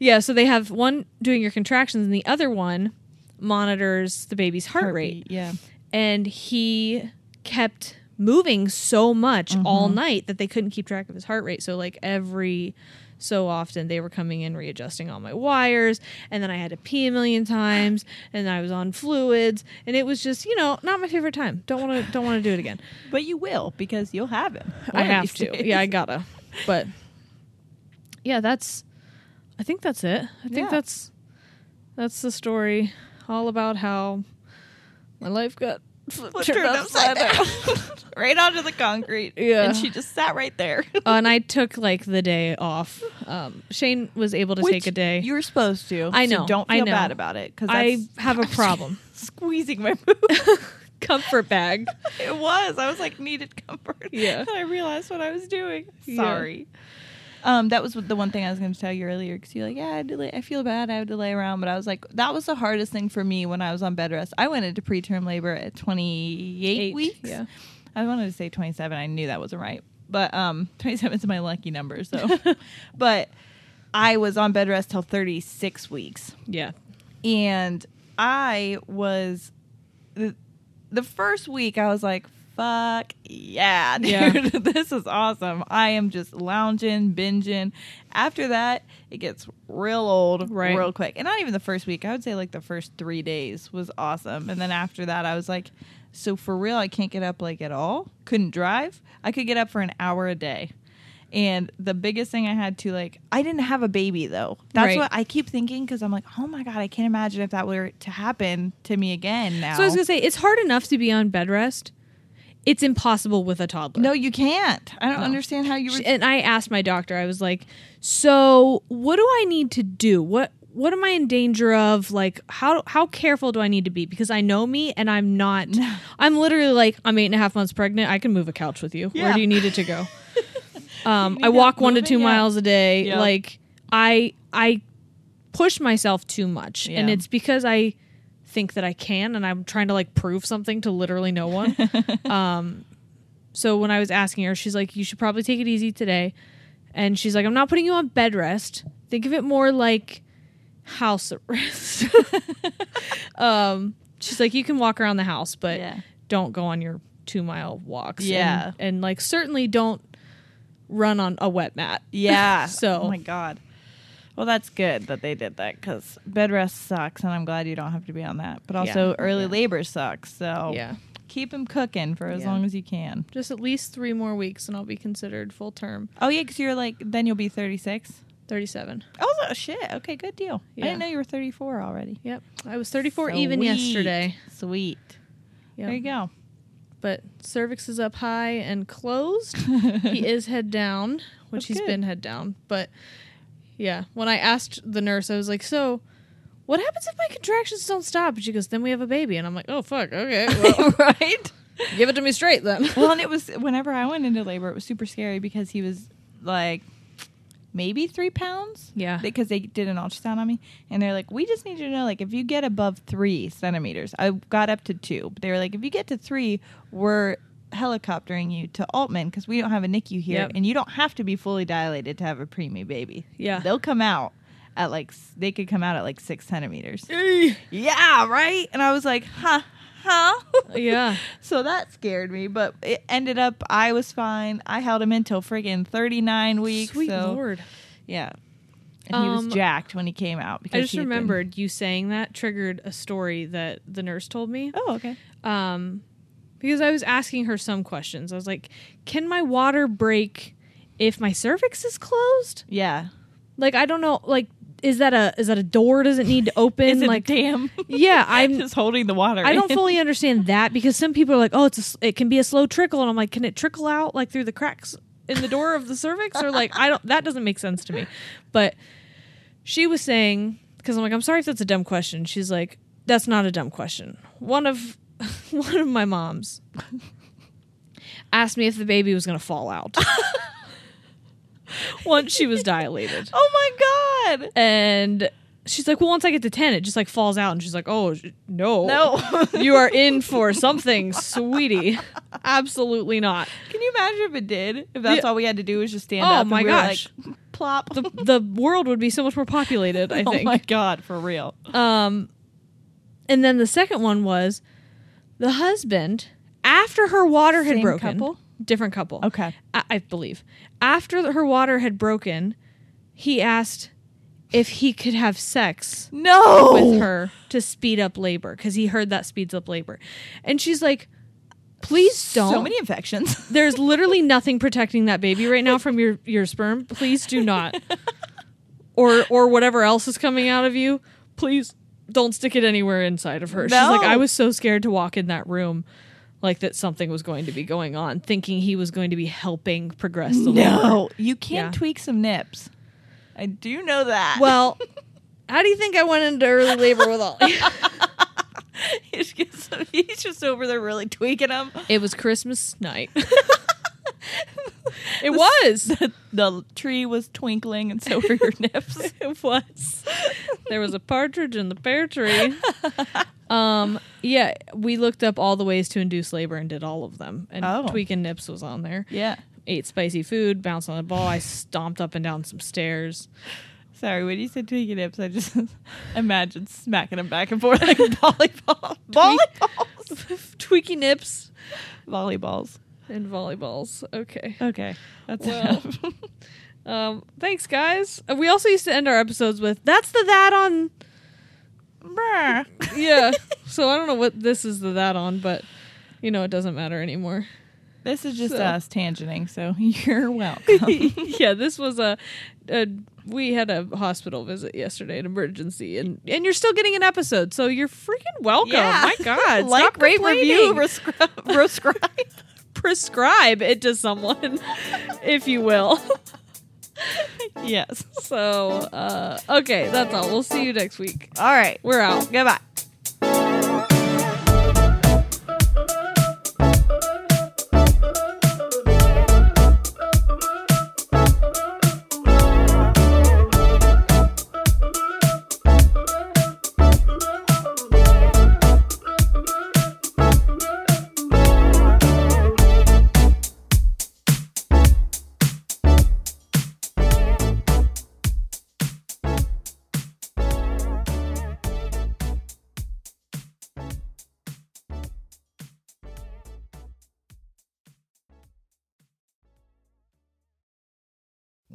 Speaker 2: yeah. So they have one doing your contractions and the other one monitors the baby's heart rate
Speaker 3: Yeah.
Speaker 2: and he kept Mm-hmm. moving so much all night that they couldn't keep track of his heart rate. So like every so often they were coming in readjusting all my wires and then I had to pee a million times and I was on fluids and it was just, you know, not my favorite time. Don't want to don't want to do it again.
Speaker 3: But you will because you'll have him.
Speaker 2: I have to. Yeah, I got to. But yeah, that's I think that's it. I think
Speaker 3: Yeah.
Speaker 2: that's that's the story all about how my life got flipped turned upside down.
Speaker 3: right onto the concrete.
Speaker 2: Yeah.
Speaker 3: And she just sat right there.
Speaker 2: Uh, and I took like the day off. Um, Shane was able to take a day.
Speaker 3: You were supposed to.
Speaker 2: I
Speaker 3: so
Speaker 2: know,
Speaker 3: don't
Speaker 2: I
Speaker 3: feel
Speaker 2: know.
Speaker 3: bad about it because
Speaker 2: I have a problem.
Speaker 3: squeezing my boob.
Speaker 2: Comfort bag.
Speaker 3: it was. I was like needed comfort.
Speaker 2: Yeah.
Speaker 3: And I realized what I was doing.
Speaker 2: Yeah.
Speaker 3: Sorry. Um, that was the one thing I was going to tell you earlier because you're like, yeah, I, delay, I feel bad. I had to lay around, but I was like, that was the hardest thing for me when I was on bed rest. I went into preterm labor at 28
Speaker 2: Eight,
Speaker 3: weeks.
Speaker 2: yeah.
Speaker 3: I wanted to say 27. I knew that wasn't right, but um, 27 is my lucky number. So, but I was on bed rest till 36 weeks
Speaker 2: Yeah.
Speaker 3: and I was the, the first week I was like, "Fuck yeah, dude,
Speaker 2: Yeah.
Speaker 3: this is awesome." I am just lounging, binging. After that, it gets real old,
Speaker 2: Right.
Speaker 3: real quick. And not even the first week. I would say like the first three days was awesome, and then after that, I was like, "So for real, I can't get up like at all. Couldn't drive. I could get up for an hour a day." And the biggest thing I had to like, I didn't have a baby though. That's
Speaker 2: Right.
Speaker 3: what I keep thinking because I'm like, oh my god, I can't imagine if that were to happen to me again. Now,
Speaker 2: So I was gonna say it's hard enough to be on bed rest. It's impossible with a toddler.
Speaker 3: no, you can't. I don't understand how you. Were-
Speaker 2: Oh. Sh- and I asked my doctor, I was like, "So, what do I need to do? What what am I in danger of? Like, how how careful do I need to be? Because I know me, and I'm not. I'm literally like, I'm eight and a half months pregnant. I can move a couch with you. Where
Speaker 3: Yeah.
Speaker 2: do you need it to go? um, I
Speaker 3: help
Speaker 2: walk one to
Speaker 3: moving?
Speaker 2: two
Speaker 3: Yeah.
Speaker 2: miles a day.
Speaker 3: Yeah.
Speaker 2: Like, I I push myself too much, and
Speaker 3: Yeah.
Speaker 2: it's because I think that I can, and I'm trying to like prove something to literally no one. So when I was asking her, she's like, "You should probably take it easy today," and she's like, "I'm not putting you on bed rest. Think of it more like house arrest." um, she's like, "You can walk around the house, but
Speaker 3: Yeah.
Speaker 2: don't go on your two mile walks. and-
Speaker 3: Yeah.
Speaker 2: and, like certainly don't run on a wet mat.
Speaker 3: yeah.
Speaker 2: So-
Speaker 3: oh my god. Well, that's good that they did that because bed rest sucks, and I'm glad you don't have to be on that. But also, early labor sucks. So
Speaker 2: Yeah.
Speaker 3: keep him cooking for as
Speaker 2: Yeah.
Speaker 3: long as you can.
Speaker 2: Just at least three more weeks, and I'll be considered full term.
Speaker 3: Oh yeah, because you're like then you'll be 36.
Speaker 2: Thirty seven.
Speaker 3: Oh no, shit. Okay, good deal. I
Speaker 2: Yeah.
Speaker 3: didn't know you were 34 already.
Speaker 2: Yep, I was thirty four even
Speaker 3: Sweet.
Speaker 2: yesterday.
Speaker 3: Sweet.
Speaker 2: Yep.
Speaker 3: There you go.
Speaker 2: but cervix is up high and closed. he is head down, which
Speaker 3: That's
Speaker 2: he's
Speaker 3: good.
Speaker 2: been head down. But yeah, when I asked the nurse, I was like, "So, what happens if my contractions don't stop?" And she goes, "Then we have a baby." And I'm like, "Oh fuck, okay, well,
Speaker 3: right?
Speaker 2: give it to me straight then."
Speaker 3: Well, and it was whenever I went into labor, it was super scary because he was like maybe three pounds.
Speaker 2: Yeah.
Speaker 3: Because they did an ultrasound on me and they're like, we just need you to know, like, if you get above three centimeters, I got up to two. But they were like, if you get to three, we're helicoptering you to Altman because we don't have a NICU here
Speaker 2: Yep.
Speaker 3: and you don't have to be fully dilated to have a preemie baby.
Speaker 2: Yeah.
Speaker 3: They'll come out at like, s- they could come out at like six centimeters. yeah, right? And I was like, huh, huh?
Speaker 2: yeah,
Speaker 3: So that scared me, but it ended up I was fine. I held him until friggin' 39 weeks.
Speaker 2: sweet
Speaker 3: so,
Speaker 2: lord.
Speaker 3: Yeah. And he was
Speaker 2: Um,
Speaker 3: jacked when he came out because
Speaker 2: I just
Speaker 3: he had been-
Speaker 2: remembered you saying that triggered a story that the nurse told me.
Speaker 3: Oh, okay.
Speaker 2: um, because I was asking her some questions. I was like, "Can my water break if my cervix is closed?
Speaker 3: Yeah.
Speaker 2: Like, I don't know. Like, is that a is that a door? Does it need to open? like,
Speaker 3: damn.
Speaker 2: yeah,
Speaker 3: I'm
Speaker 2: I'm.
Speaker 3: just holding the water.
Speaker 2: I don't
Speaker 3: in.
Speaker 2: fully understand that because some people are like, "Oh, it's a, s- it can be a slow trickle," and I'm like, "Can it trickle out like through the cracks in the door of the cervix?" Or like, I don't. That doesn't make sense to me. But she was saying because I'm like, I'm sorry if that's a dumb question. She's like, that's not a dumb question. One of one of my moms asked me if the baby was going to fall out once she was dilated,
Speaker 3: Oh my god.
Speaker 2: and she's like, well, once I get to ten, it just like falls out, and she's like, oh sh- no,
Speaker 3: No.
Speaker 2: you are in for something, sweetie. Absolutely not.
Speaker 3: Can you imagine if it did? If that's
Speaker 2: Yeah.
Speaker 3: all we had to do was just stand
Speaker 2: Oh
Speaker 3: up and
Speaker 2: my
Speaker 3: we were
Speaker 2: gosh.
Speaker 3: like plop.
Speaker 2: The the world would be so much more populated. I
Speaker 3: oh
Speaker 2: think.
Speaker 3: my god, for real.
Speaker 2: Um, and then the second one was the husband after her water had
Speaker 3: Same
Speaker 2: broken.
Speaker 3: couple?
Speaker 2: Different couple.
Speaker 3: Okay.
Speaker 2: I, I believe after the- her water had broken, he asked if he could have sex
Speaker 5: No.
Speaker 3: Oh.
Speaker 2: with her to speed up labor because he heard that speeds up labor. And she's like, please don't.
Speaker 3: So many infections.
Speaker 2: There's literally nothing protecting that baby right now from your, your sperm. Please do not. or or whatever else is coming out of you. Please don't stick it anywhere inside of her. She's like,
Speaker 5: No.
Speaker 2: I was so scared to walk in that room like that something was going to be going on, thinking he was going to be helping progress the labor.
Speaker 3: no, you can
Speaker 2: Yeah.
Speaker 3: tweak some nips. I do know that.
Speaker 2: Well, how do you think I went into early labor with all
Speaker 3: he's just, he's just over there really tweaking them.
Speaker 2: It was Christmas night. it was.
Speaker 3: The tree was twinkling, and so were your nips.
Speaker 2: It was. There was a partridge in the pear tree. Um, yeah, we looked up all the ways to induce labor and did all of them. And
Speaker 3: Oh.
Speaker 2: Tweak and Nips was on there.
Speaker 3: yeah.
Speaker 2: Ate spicy food, bounced on a ball. I stomped up and down some stairs.
Speaker 3: Sorry, when you said tweaking nips, I just imagined smacking them back and forth like a volleyball. Volleyballs.
Speaker 2: Tweaky Nips
Speaker 3: Volleyballs.
Speaker 2: and volleyballs. Okay.
Speaker 3: Okay. That's
Speaker 2: Well, um, thanks, guys. Uh, We also used to end our episodes with "That's the that on."
Speaker 3: enough.
Speaker 2: Yeah. so I don't know what this is the that on, but you know it doesn't matter anymore.
Speaker 3: This is just
Speaker 2: So-
Speaker 3: us tangenting, so you're welcome.
Speaker 2: yeah, this was a, a we had a hospital visit yesterday, an emergency, and and you're still getting an episode, so you're freaking welcome. My God,
Speaker 3: like,
Speaker 2: stop
Speaker 3: rate, review,
Speaker 2: complaining.
Speaker 3: rescri- prescribe.
Speaker 2: prescribe it to someone, if you will.
Speaker 3: yes.
Speaker 2: So uh, okay, that's all. We'll see you next week.
Speaker 3: All right.
Speaker 2: We're out.
Speaker 3: Goodbye.